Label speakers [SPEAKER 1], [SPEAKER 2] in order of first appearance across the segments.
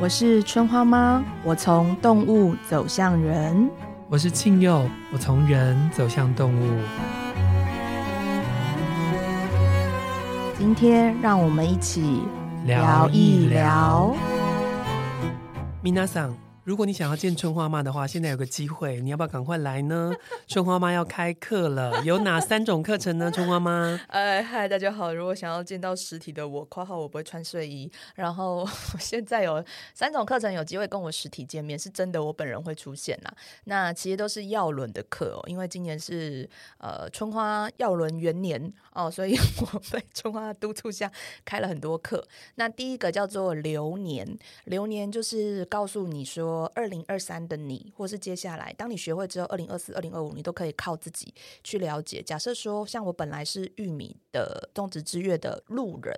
[SPEAKER 1] 我是春花妈，我从动物走向人。
[SPEAKER 2] 我是庆佑，我从人走向动物。
[SPEAKER 1] 今天让我们一起
[SPEAKER 2] 聊一聊。
[SPEAKER 1] 聊。
[SPEAKER 2] 米娜桑，如果你想要见春花妈的话，现在有个机会，你要不要赶快来呢？ 春花妈要开课了，有哪三种课程呢？春花妈，
[SPEAKER 3] 哎嗨，大家好！如果想要见到实体的我，括号我不会穿睡衣。然后我现在有三种课程有机会跟我实体见面，是真的我本人会出现啦。那其实都是耀伦的课哦，因为今年是呃春花耀伦元年哦，所以 我被春花督促下开了很多课。那第一个叫做流年，流年就是告诉你说，二零二三的你，或是接下来，当你学会之后，二零二四、二零二五，你都可以靠自己去了解。假设说，像我本来是玉米的种植之月的路人，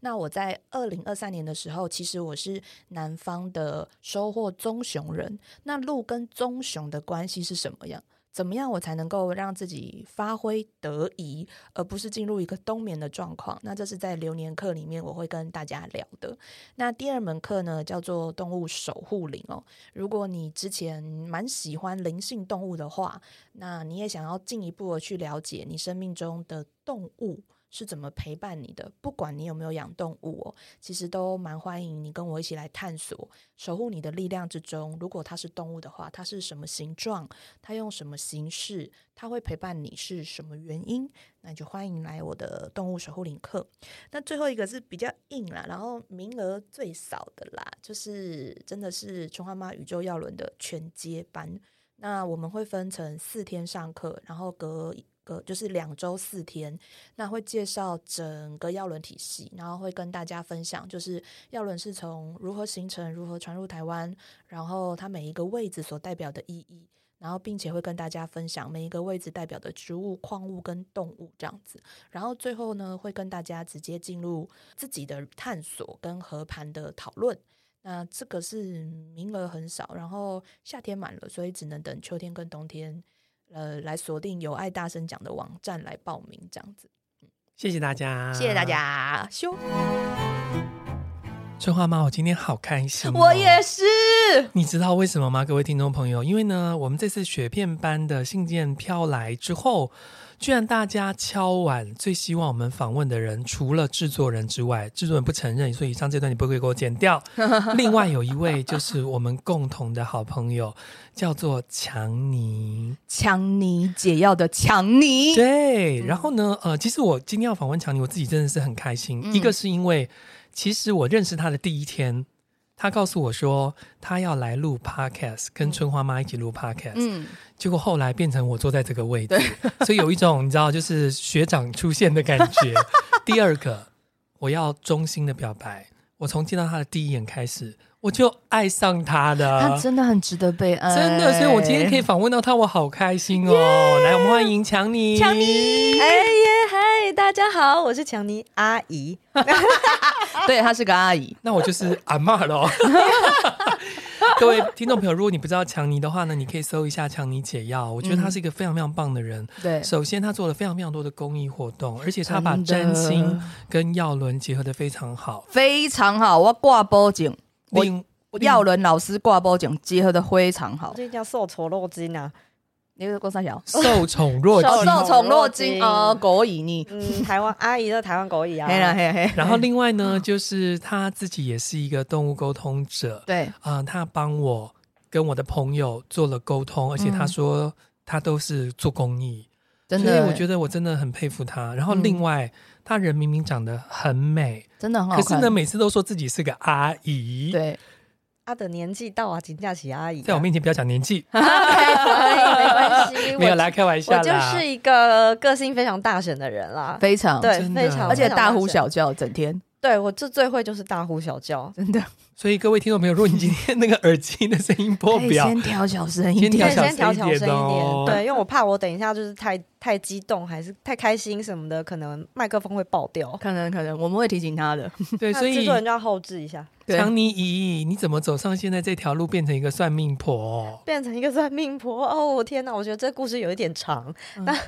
[SPEAKER 3] 那我在二零二三年的时候，其实我是南方的收获棕熊人。那鹿跟棕熊的关系是什么样？怎么样我才能够让自己发挥得宜，而不是进入一个冬眠的状况？那这是在流年课里面我会跟大家聊的。那第二门课呢，叫做动物守护灵哦。如果你之前蛮喜欢灵性动物的话，那你也想要进一步的去了解你生命中的动物是怎么陪伴你的，不管你有没有养动物哦，其实都蛮欢迎你跟我一起来探索守护你的力量之中。如果它是动物的话，它是什么形状？它用什么形式？它会陪伴你是什么原因？那你就欢迎来我的动物守护灵课。那最后一个是比较硬啦，然后名额最少的啦，就是真的是春花妈宇宙耀伦的全接班。那我们会分成四天上课，然后隔一隔就是两周四天，那会介绍整个药轮体系，然后会跟大家分享，就是药轮是从如何形成、如何传入台湾，然后它每一个位置所代表的意义，然后并且会跟大家分享每一个位置代表的植物、矿物跟动物这样子，然后最后呢会跟大家直接进入自己的探索跟和盘的讨论。那这个是名额很少，然后夏天满了，所以只能等秋天跟冬天，呃，来锁定有爱大声讲的网站来报名这样子。
[SPEAKER 2] 谢谢大家，
[SPEAKER 3] 谢谢大。家，咻，
[SPEAKER 2] 春花妈，我今天好开心、哦
[SPEAKER 3] 我也。是。
[SPEAKER 2] 你知道为什么吗，各位听众朋友？因为呢，我们这次雪片般的信件飘来之后，居然大家敲碗最希望我们访问的人，除了制作人之外，制作人不承认，所以以上这段你不可以给我剪掉。另外有一位就是我们共同的好朋友，叫做强尼。
[SPEAKER 3] 强尼解药的强尼，
[SPEAKER 2] 对，然后呢，呃，其实我今天要访问强尼，我自己真的是很开心。一个是因为，其实我认识他的第一天，他告诉我说他要来录 podcast，跟春花妈一起录 podcast，、
[SPEAKER 3] 嗯，
[SPEAKER 2] 结果后来变成我坐在这个位置，所以有一种你知道，就是学长出现的感觉。第二个，我要衷心的表白，我从见到他的第一眼开始，我就爱上他的。
[SPEAKER 3] 他真的很值得被爱，
[SPEAKER 2] 啊真的，所以我今天可以访问到他，我好开心哦！来，我们欢迎强尼。强尼，
[SPEAKER 4] 哎耶嗨，大家好，我是强尼阿 姨。
[SPEAKER 3] 对，她是个阿姨，
[SPEAKER 2] 那 我就是阿嬷喽。 各位听众朋友，如果你不知道强尼的话呢，你可以搜一下强尼解药。我觉得他是一个非常非常棒的人。
[SPEAKER 3] 对
[SPEAKER 2] 首先，他做了非常非常多的公益活动，而且他把
[SPEAKER 3] 嗯真的
[SPEAKER 2] 占星跟药轮结合的非常好。
[SPEAKER 3] 非常好，我挂波景，我
[SPEAKER 2] 另
[SPEAKER 4] 嗯
[SPEAKER 3] 我耀伦老师挂波景结合的非常
[SPEAKER 4] 我
[SPEAKER 3] 好，
[SPEAKER 4] 最近要受挫落金啊，
[SPEAKER 3] 你是郭三小，
[SPEAKER 2] 受宠若惊，
[SPEAKER 3] 受宠若
[SPEAKER 4] 受宠若
[SPEAKER 3] 惊
[SPEAKER 4] 惊
[SPEAKER 3] 哦，狗以你，
[SPEAKER 4] 嗯，台湾阿姨的台湾狗姨 啊，
[SPEAKER 3] 嘿啦嘿啦嘿啦，
[SPEAKER 2] 然后另外呢，就是他自己也是一个动物沟通者。
[SPEAKER 3] 对，
[SPEAKER 2] 啊、他帮我跟我的朋友做了沟通，而且
[SPEAKER 3] 嗯
[SPEAKER 2] 他说他都是做公益，
[SPEAKER 3] 真
[SPEAKER 2] 所以
[SPEAKER 4] 欸
[SPEAKER 3] 的，
[SPEAKER 2] 我觉得我真的很佩服他。然后
[SPEAKER 3] 嗯
[SPEAKER 2] 另外，他人明明长得很美，
[SPEAKER 3] 真的很好
[SPEAKER 2] 可是
[SPEAKER 3] 看
[SPEAKER 2] 呢，，每次都说自己是个阿姨。，
[SPEAKER 3] 对，
[SPEAKER 4] 阿的年纪到啊，请假起阿姨、啊。
[SPEAKER 2] 在我 面前不要讲年纪，
[SPEAKER 4] 啊可以，没关系，
[SPEAKER 2] 没有
[SPEAKER 4] 我
[SPEAKER 2] 啦，开玩
[SPEAKER 4] 我
[SPEAKER 2] 笑
[SPEAKER 4] 就
[SPEAKER 2] 啦。
[SPEAKER 4] 是一个个性非常大神的人啦。
[SPEAKER 3] 非常，
[SPEAKER 4] 对
[SPEAKER 2] 真，的
[SPEAKER 4] 非常，
[SPEAKER 3] 而且
[SPEAKER 4] 非常
[SPEAKER 3] 大呼
[SPEAKER 4] 神。
[SPEAKER 3] 小叫，整天
[SPEAKER 4] 对我这最会就是大呼小叫，
[SPEAKER 3] 真的，
[SPEAKER 2] 所以各位听众朋友，如果你今天那个耳机的声音破
[SPEAKER 3] 可以
[SPEAKER 2] 表，
[SPEAKER 3] 先调小声一
[SPEAKER 2] 先
[SPEAKER 4] 对
[SPEAKER 2] 调
[SPEAKER 3] 点，
[SPEAKER 2] 小
[SPEAKER 4] 先调小
[SPEAKER 2] 声一
[SPEAKER 4] 声一
[SPEAKER 2] 点哦
[SPEAKER 4] 点，对，因为我怕我等一下就是太太激动，还是太开心什么的，可能麦克风会爆掉。
[SPEAKER 3] 可能可能我们会提醒他的，
[SPEAKER 2] 对，
[SPEAKER 4] 那
[SPEAKER 2] 所
[SPEAKER 4] 制
[SPEAKER 2] 以
[SPEAKER 4] 作人就要后置一下，
[SPEAKER 3] 对
[SPEAKER 2] 强尼姨，你怎么走上现在这条路，变成一个算命婆？
[SPEAKER 4] 变成一个算命婆 哦！我天哪，我觉得这故事有一点长，但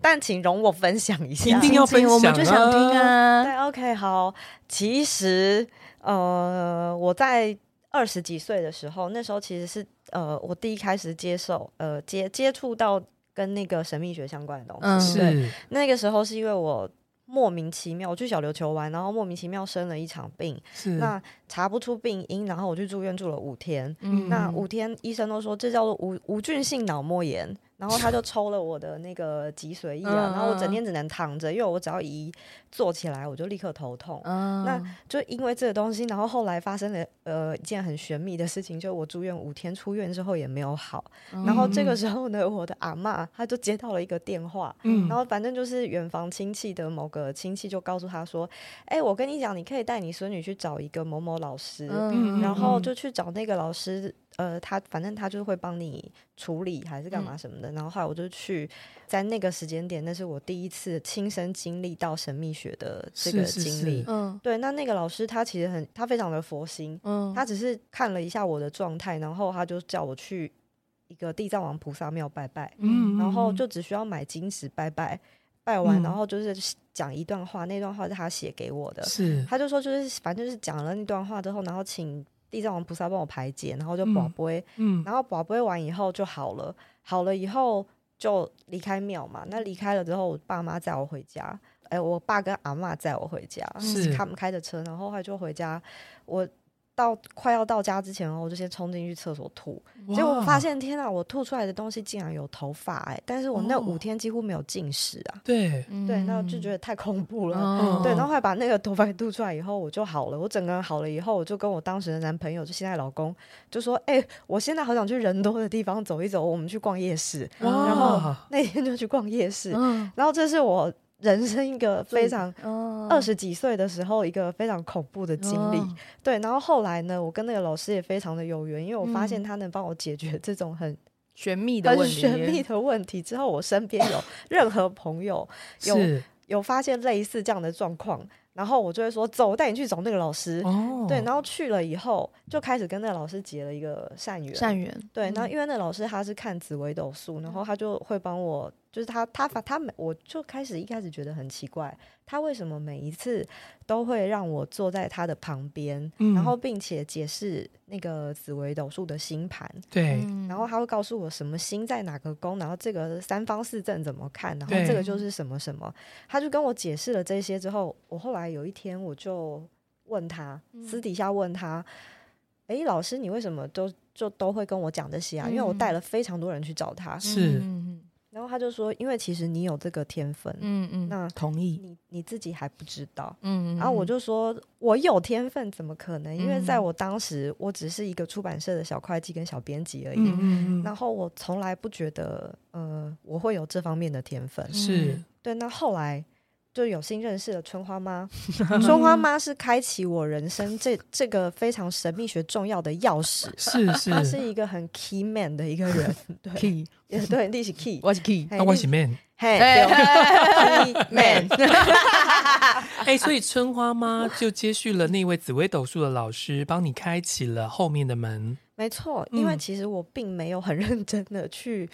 [SPEAKER 4] 但请容我分享一
[SPEAKER 2] 一
[SPEAKER 4] 下。
[SPEAKER 2] 定要分享、啊，嗯
[SPEAKER 3] 我们就想听啊，
[SPEAKER 4] 对，OK，好。其实呃，我在二十几岁的时候，那时候其实是呃，我第一开始接受呃接接触到跟那个神秘学相关的东西。
[SPEAKER 3] 嗯
[SPEAKER 4] 对
[SPEAKER 2] 是
[SPEAKER 4] 那个时候是因为我莫名其妙我去小琉球玩，然后莫名其妙生了一场病，
[SPEAKER 2] 是，
[SPEAKER 4] 那查不出病因，然后我去住院住了五天。
[SPEAKER 5] 嗯
[SPEAKER 4] 那五天医生都说这叫做无无菌性脑膜炎，然后他就抽了我的那个脊髓液啊，
[SPEAKER 5] 嗯
[SPEAKER 4] 然后我整天只能躺着，因为我只要一坐起来我就立刻头痛。
[SPEAKER 5] 嗯
[SPEAKER 4] 那就因为这个东西，然后后来发生了呃一件很玄秘的事情，就我住院五天，出院之后也没有好。
[SPEAKER 3] 嗯
[SPEAKER 5] 嗯
[SPEAKER 4] 然后这个时候呢，我的阿嬷她就接到了一个电话，
[SPEAKER 2] 嗯
[SPEAKER 4] 然后反正就是远房亲戚的某个亲戚就告诉她说：“哎、我跟你讲，你可以带你孙女去找一个某某老师，
[SPEAKER 2] 嗯
[SPEAKER 4] 然后就去找那个老师。”呃，他反正他就是会帮你处理还是干
[SPEAKER 2] 嗯
[SPEAKER 4] 嘛什么的。然后后来我就去，在那个时间点，那是我第一次亲身经历到神秘学的这个
[SPEAKER 2] 是是
[SPEAKER 4] 经历。
[SPEAKER 2] 是
[SPEAKER 5] 嗯
[SPEAKER 4] 对，那那个老师他其实很，他非常的佛心，
[SPEAKER 5] 嗯
[SPEAKER 4] 他只是看了一下我的状态，然后他就叫我去一个地藏王菩萨庙拜拜，
[SPEAKER 2] 嗯
[SPEAKER 4] 然后就只需要买金纸拜拜，拜完
[SPEAKER 2] 嗯
[SPEAKER 4] 然后就是讲一段话，那段话是他写给我的，
[SPEAKER 2] 是
[SPEAKER 4] 他就说就是反正就是讲了那段话之后，然后请地藏王菩萨帮我排解，然后就保
[SPEAKER 2] 嗯
[SPEAKER 4] 杯，
[SPEAKER 2] 嗯
[SPEAKER 4] 然后保杯完以后就好了，好了以后就离开庙嘛。那离开了之后，我爸妈载我回家，哎，我爸跟阿嬷载我回家，
[SPEAKER 2] 是
[SPEAKER 4] 他们开着车，然后后来就回家。我到快要到家之前哦，我就先冲进去厕所吐，结果我发
[SPEAKER 2] 哇
[SPEAKER 4] 现天啊，我吐出来的东西竟然有头发哎！但是我那
[SPEAKER 2] 哦嗯
[SPEAKER 4] 五天几乎没有进食啊，
[SPEAKER 2] 对
[SPEAKER 4] 对，那我就觉
[SPEAKER 5] 得
[SPEAKER 4] 得太恐怖了。
[SPEAKER 2] 嗯
[SPEAKER 4] 对，然后后来把那个头发给 吐出来以后，我就好了。我整个人好了以后，我就跟我当时的男朋友，就现在老公，就说：“哎、我现在好想去人多的地方走一走，我们去逛夜市。
[SPEAKER 2] 哇，
[SPEAKER 4] 然后 那天就去逛夜市，
[SPEAKER 5] 啊嗯
[SPEAKER 4] 然后这是我人生一个非常
[SPEAKER 5] 嗯
[SPEAKER 4] 二十几岁的时候一个非常恐怖的经历。对，然后后来呢，我跟那个老师也非常的有缘，因为我发现他能帮我解决这种很
[SPEAKER 5] 玄秘嗯的
[SPEAKER 4] 很
[SPEAKER 5] 问题，
[SPEAKER 4] 玄秘的问题。之后我身边有任何朋友有
[SPEAKER 2] 是
[SPEAKER 4] 有发现类似这样的状况，然后我就会说走，我带你去找那个老师。
[SPEAKER 2] 哦，
[SPEAKER 4] 对，然后去了以后，就开始跟那个老师结了一个善缘。
[SPEAKER 5] 善缘
[SPEAKER 4] 对，然
[SPEAKER 2] 嗯
[SPEAKER 4] 后因为那个老师他是看紫微斗数，然后他就会帮我，就是他他反他每我就开始一开始觉得很奇怪，他为什么每一次都会让我坐在他的旁边，
[SPEAKER 2] 嗯
[SPEAKER 4] 然后并且解释那个紫微斗数的星盘，
[SPEAKER 2] 对，
[SPEAKER 5] 嗯
[SPEAKER 4] 然后他会告诉我什么星在哪个宫，然后这个三方四正怎么看，然后
[SPEAKER 2] 对
[SPEAKER 4] 这个就是什么什么，他就跟我解释了这些之后，我后来有一天我就问他，
[SPEAKER 5] 嗯
[SPEAKER 4] 私底下问他，诶，老师你为什么都就都会跟我讲这些啊？因为我带了非常多人去找他，
[SPEAKER 2] 是
[SPEAKER 5] 嗯
[SPEAKER 4] 然后他就说，因为其实你有这个天分，
[SPEAKER 5] 嗯嗯，
[SPEAKER 4] 那
[SPEAKER 3] 同意，
[SPEAKER 4] 你你自己还不知道。
[SPEAKER 5] 嗯，
[SPEAKER 4] 然后我就说，我有天分，怎么可能？因为在
[SPEAKER 5] 嗯
[SPEAKER 4] 我当时，我只是一个出版社的小会计跟小编辑而已。
[SPEAKER 2] 嗯嗯嗯，
[SPEAKER 4] 然后我从来不觉得，呃，我会有这方面的天分。
[SPEAKER 2] 是
[SPEAKER 4] 对，那后来就有幸认识了春 花妈，春花妈是开启我人生这这个非常神秘学重要的钥匙，
[SPEAKER 2] 是
[SPEAKER 4] 她
[SPEAKER 2] 是
[SPEAKER 4] 是，一个很 key man 的一个 人，对，
[SPEAKER 3] key，
[SPEAKER 4] 也对，历史 key，
[SPEAKER 3] 我是 key，
[SPEAKER 4] 嘿
[SPEAKER 2] 那我是 man，
[SPEAKER 4] 嘿
[SPEAKER 5] 哎
[SPEAKER 4] 对 key man，
[SPEAKER 2] 哎，所以春花妈就接续了那位紫微斗数的老师，帮你开启了后面的门。
[SPEAKER 4] 没错，因为
[SPEAKER 2] 嗯
[SPEAKER 4] 其实我并没有很认真的去。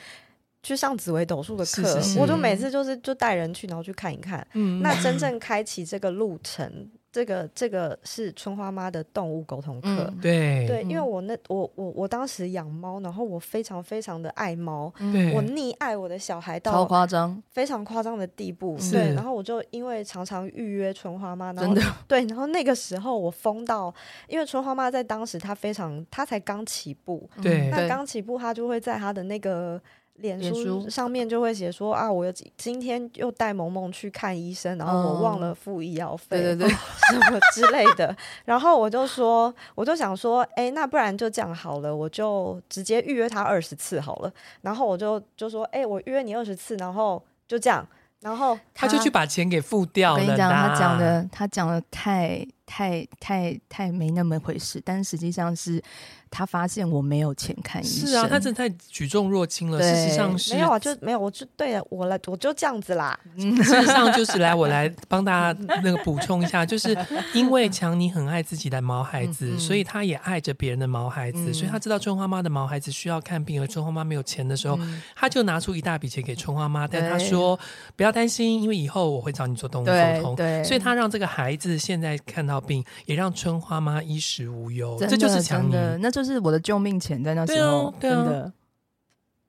[SPEAKER 4] 去上紫微斗数的
[SPEAKER 2] 是
[SPEAKER 4] 课，
[SPEAKER 2] 是是
[SPEAKER 4] 我就每次就是就带人去，然后去看一看，
[SPEAKER 2] 嗯
[SPEAKER 4] 那真正开启这个路程，这个这个是春花妈的动物沟通课。
[SPEAKER 5] 嗯
[SPEAKER 2] 对
[SPEAKER 4] 对，因为
[SPEAKER 5] 嗯
[SPEAKER 4] 我那我我我当时养猫，然后我非常非常的爱猫，
[SPEAKER 3] 嗯
[SPEAKER 2] 对，
[SPEAKER 4] 我溺爱我的小孩
[SPEAKER 5] 超
[SPEAKER 4] 到
[SPEAKER 5] 夸张，
[SPEAKER 4] 非常夸张的地步。
[SPEAKER 2] 是
[SPEAKER 4] 对，然后我就因为常常预约春花妈，然
[SPEAKER 5] 真
[SPEAKER 4] 后
[SPEAKER 5] 的，
[SPEAKER 4] 对，然后那个时候我疯到，因为春花妈在当时她非常，她才刚起步，
[SPEAKER 3] 嗯
[SPEAKER 2] 对
[SPEAKER 4] 那刚起步，他就会在他的那个脸
[SPEAKER 5] 脸
[SPEAKER 4] 书
[SPEAKER 5] 书
[SPEAKER 4] 上面就会写说啊，我有几今天又带萌萌去看医生，然后我忘了付医药费，
[SPEAKER 5] 对对对，
[SPEAKER 4] 什么之类的。然后我就说，我就想说，哎、那不然就这样好了，我就直接预约他二十次好了。然后我就就说，哎、我预约你二十次，然后就这样，然后
[SPEAKER 2] 他就去把钱给付掉
[SPEAKER 3] 我
[SPEAKER 2] 了
[SPEAKER 3] 跟
[SPEAKER 2] 啦。
[SPEAKER 3] 你讲，他讲的他讲的太太太太没那么回事，但实际上是他发现我没有钱看医生。
[SPEAKER 2] 是啊，他真的太举重若轻了。
[SPEAKER 3] 对
[SPEAKER 2] 事实上是
[SPEAKER 4] 没有啊，就没有，我就对了，我来，我就这样子啦。
[SPEAKER 2] 事实上就是来，我来帮大家那个补充一下，就是因为强尼很爱自己的毛孩子，
[SPEAKER 5] 嗯嗯
[SPEAKER 2] 所以他也爱着别人的毛孩子，
[SPEAKER 5] 嗯
[SPEAKER 2] 所以他知道春花妈的毛孩子需要看病，而春花妈没有钱的时候，
[SPEAKER 5] 嗯
[SPEAKER 2] 他就拿出一大笔钱给春花妈，但
[SPEAKER 5] 对
[SPEAKER 2] 他说不要担心，因为以后我会找你做动物沟
[SPEAKER 5] 对
[SPEAKER 2] 通。
[SPEAKER 5] 对，
[SPEAKER 2] 所以他让这个孩子现在看到病，也让春花妈衣食无忧，
[SPEAKER 3] 真
[SPEAKER 2] 这就
[SPEAKER 3] 的
[SPEAKER 2] 是强
[SPEAKER 3] 真
[SPEAKER 2] 尼。
[SPEAKER 3] 的，那就是我的救命钱在那
[SPEAKER 2] 对
[SPEAKER 3] 时候，
[SPEAKER 2] 啊对
[SPEAKER 3] 真
[SPEAKER 2] 啊
[SPEAKER 3] 的。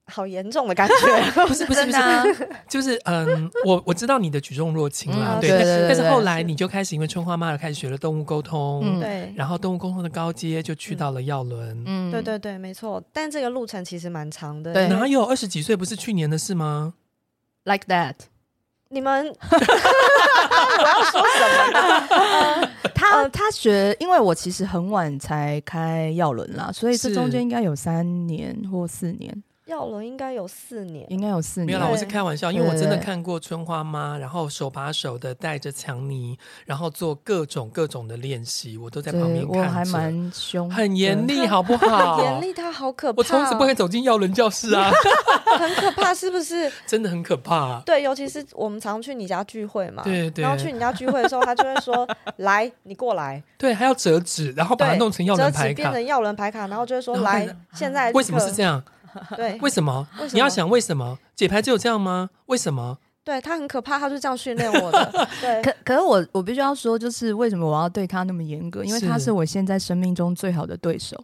[SPEAKER 4] 好严重的感觉。
[SPEAKER 2] 不是不是不
[SPEAKER 5] 真
[SPEAKER 2] 是
[SPEAKER 5] 的，啊，
[SPEAKER 2] 就是嗯，我我知道你的举重若轻啦，
[SPEAKER 3] 嗯
[SPEAKER 2] 对，
[SPEAKER 3] 对
[SPEAKER 2] 但
[SPEAKER 3] 对对
[SPEAKER 2] 但是
[SPEAKER 3] 对
[SPEAKER 2] 后来你就开始因为春花妈而开始学了动物沟通，
[SPEAKER 3] 嗯
[SPEAKER 4] 对，
[SPEAKER 2] 然后动物沟通的高阶就去到了药轮。
[SPEAKER 3] 嗯
[SPEAKER 4] 对对对，没错。但这个路程其实蛮长的。
[SPEAKER 3] 对
[SPEAKER 2] 哪有二十几岁？不是去年的事吗？
[SPEAKER 3] ，like that。
[SPEAKER 4] 你们
[SPEAKER 3] 他他学，因为我其实很晚才开药轮啦，所以这
[SPEAKER 2] 是
[SPEAKER 3] 中间应该有三年或四年，
[SPEAKER 4] 耀伦应该有四年，
[SPEAKER 3] 应该有四
[SPEAKER 2] 没有
[SPEAKER 3] 年
[SPEAKER 2] 啦，。
[SPEAKER 4] 对
[SPEAKER 2] 我是开玩笑，因为我
[SPEAKER 3] 嗯对
[SPEAKER 2] 真的
[SPEAKER 3] 对
[SPEAKER 2] 看过春花妈，然后手把手的带着强尼，然后做各种各种的练习，我都在旁
[SPEAKER 3] 对，
[SPEAKER 2] 边看
[SPEAKER 3] 我
[SPEAKER 2] 着，
[SPEAKER 3] 还蛮凶，
[SPEAKER 2] 很严。厉，
[SPEAKER 4] 对
[SPEAKER 2] 好不 好？
[SPEAKER 4] 严厉，他好可怕、哦，
[SPEAKER 2] 我从此不会走进药轮教室啊，
[SPEAKER 4] 很可怕，是不是？
[SPEAKER 2] 真的很可怕。啊
[SPEAKER 4] 对，尤其是我们常去你家聚会嘛，
[SPEAKER 2] 对对
[SPEAKER 4] 然后去你家聚会的时候，他就会说：“来，你过 来。
[SPEAKER 2] 对，还要折纸，然后把它
[SPEAKER 4] 对，
[SPEAKER 2] 弄成药
[SPEAKER 4] 折
[SPEAKER 2] 轮
[SPEAKER 4] 纸
[SPEAKER 2] 牌
[SPEAKER 4] 变
[SPEAKER 2] 卡。
[SPEAKER 4] 成耀伦牌卡，然后就会说：“
[SPEAKER 2] 然后
[SPEAKER 4] 来
[SPEAKER 2] 看，
[SPEAKER 4] 现 在
[SPEAKER 2] 为什么
[SPEAKER 4] 立刻
[SPEAKER 2] 是这样？
[SPEAKER 4] 对
[SPEAKER 2] 为什么？
[SPEAKER 4] 为什
[SPEAKER 2] 你要
[SPEAKER 4] 么
[SPEAKER 2] 想为什么？解牌只有这样吗？为什么？
[SPEAKER 4] 对他很可怕，他就这样训练 我的。对，
[SPEAKER 3] 可可是我我必须要说，就是为什么我要对他那么严格？因为
[SPEAKER 2] 是
[SPEAKER 3] 他是我现在生命中最好的对手。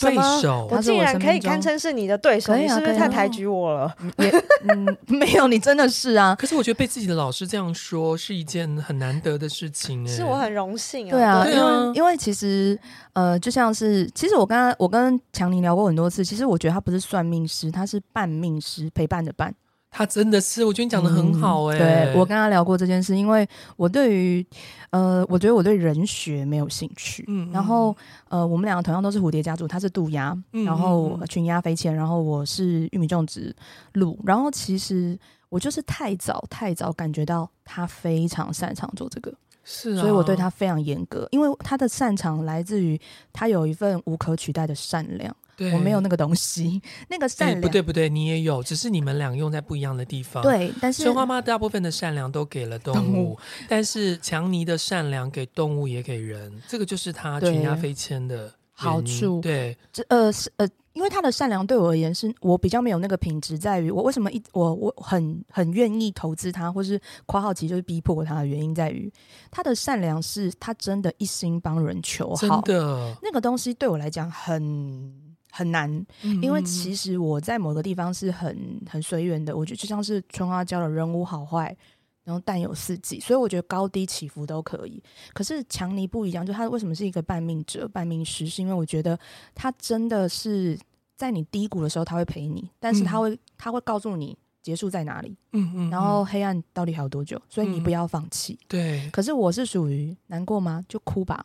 [SPEAKER 2] 对
[SPEAKER 4] 么
[SPEAKER 2] 手
[SPEAKER 3] 他
[SPEAKER 4] 我
[SPEAKER 3] 是
[SPEAKER 4] 竟
[SPEAKER 3] 我
[SPEAKER 4] 然
[SPEAKER 3] 生
[SPEAKER 4] 可以
[SPEAKER 3] 命中
[SPEAKER 4] 堪称是你的对手，
[SPEAKER 3] 可以
[SPEAKER 4] 你
[SPEAKER 3] 啊
[SPEAKER 4] 是不
[SPEAKER 3] 可
[SPEAKER 4] 是
[SPEAKER 3] 以啊
[SPEAKER 4] 太抬举我了？
[SPEAKER 3] 也 嗯，没有你真的是啊，
[SPEAKER 2] 可是我觉得被自己的老师这样说是一件很难得的事情、哎，
[SPEAKER 4] 是我很荣幸啊。
[SPEAKER 3] 对啊，
[SPEAKER 2] 对
[SPEAKER 3] 因
[SPEAKER 2] 啊
[SPEAKER 3] 为因为其实呃，就像是其实我跟他我跟强尼聊过很多次，其实我觉得他不是算命师，他是半命师，陪伴的伴。
[SPEAKER 2] 他真的是，我觉得你讲的很好、哎、
[SPEAKER 3] 嗯对我跟他聊过这件事，因为我对于呃，我觉得我对人学没有兴趣。
[SPEAKER 2] 嗯
[SPEAKER 3] 然后呃，我们两个同样都是蝴蝶家族，他是渡鸦，
[SPEAKER 2] 嗯
[SPEAKER 3] 然后
[SPEAKER 2] 嗯嗯
[SPEAKER 3] 群鸦飞迁，然后我是玉米种植鹿。然后其实我就是太早太早感觉到他非常擅长做这个，
[SPEAKER 2] 是、啊，
[SPEAKER 3] 所以我对他非常严格，因为他的擅长来自于他有一份无可取代的善良，
[SPEAKER 2] 对
[SPEAKER 3] 我没有那个东西， 那个
[SPEAKER 2] 哎
[SPEAKER 3] 善良
[SPEAKER 2] 不对不对，你也有，只是你们俩用在不一样的地方。。
[SPEAKER 3] 对，但是
[SPEAKER 2] 春花妈大部分的善良都给了动物，
[SPEAKER 3] 动物
[SPEAKER 2] 但是强尼的善良给动物也给人，这个就是他
[SPEAKER 3] 对
[SPEAKER 2] 群鸦飞迁的原因
[SPEAKER 3] 好处
[SPEAKER 2] 对，
[SPEAKER 3] 这呃是呃，因为他的善良对我而言是我比较没有那个品质，在于我为什么一我我很很愿意投资他，或是夸好奇就是逼迫他的原因在于他的善良是他真的一心帮人求
[SPEAKER 2] 真
[SPEAKER 3] 好，
[SPEAKER 2] 的，
[SPEAKER 3] 那个东西对我来讲很很难，
[SPEAKER 2] 嗯
[SPEAKER 3] 因为
[SPEAKER 2] 嗯
[SPEAKER 3] 其实我在某个地方是很很随缘的，我觉得就像是春花教的人物好坏。然后但有四季，所以我觉得高低起伏都可以。可是强尼不一样，就他为什么是一个半命者、半命师，是因为我觉得他真的是在你低谷的时候他会陪你，但是他
[SPEAKER 2] 嗯
[SPEAKER 3] 会、他会告诉你结束在哪里，
[SPEAKER 2] 嗯嗯，
[SPEAKER 3] 然后黑暗到底还有多久，所以你
[SPEAKER 2] 嗯
[SPEAKER 3] 不要放弃。
[SPEAKER 2] 嗯对，
[SPEAKER 3] 可是我是属于难过吗？就哭 吧，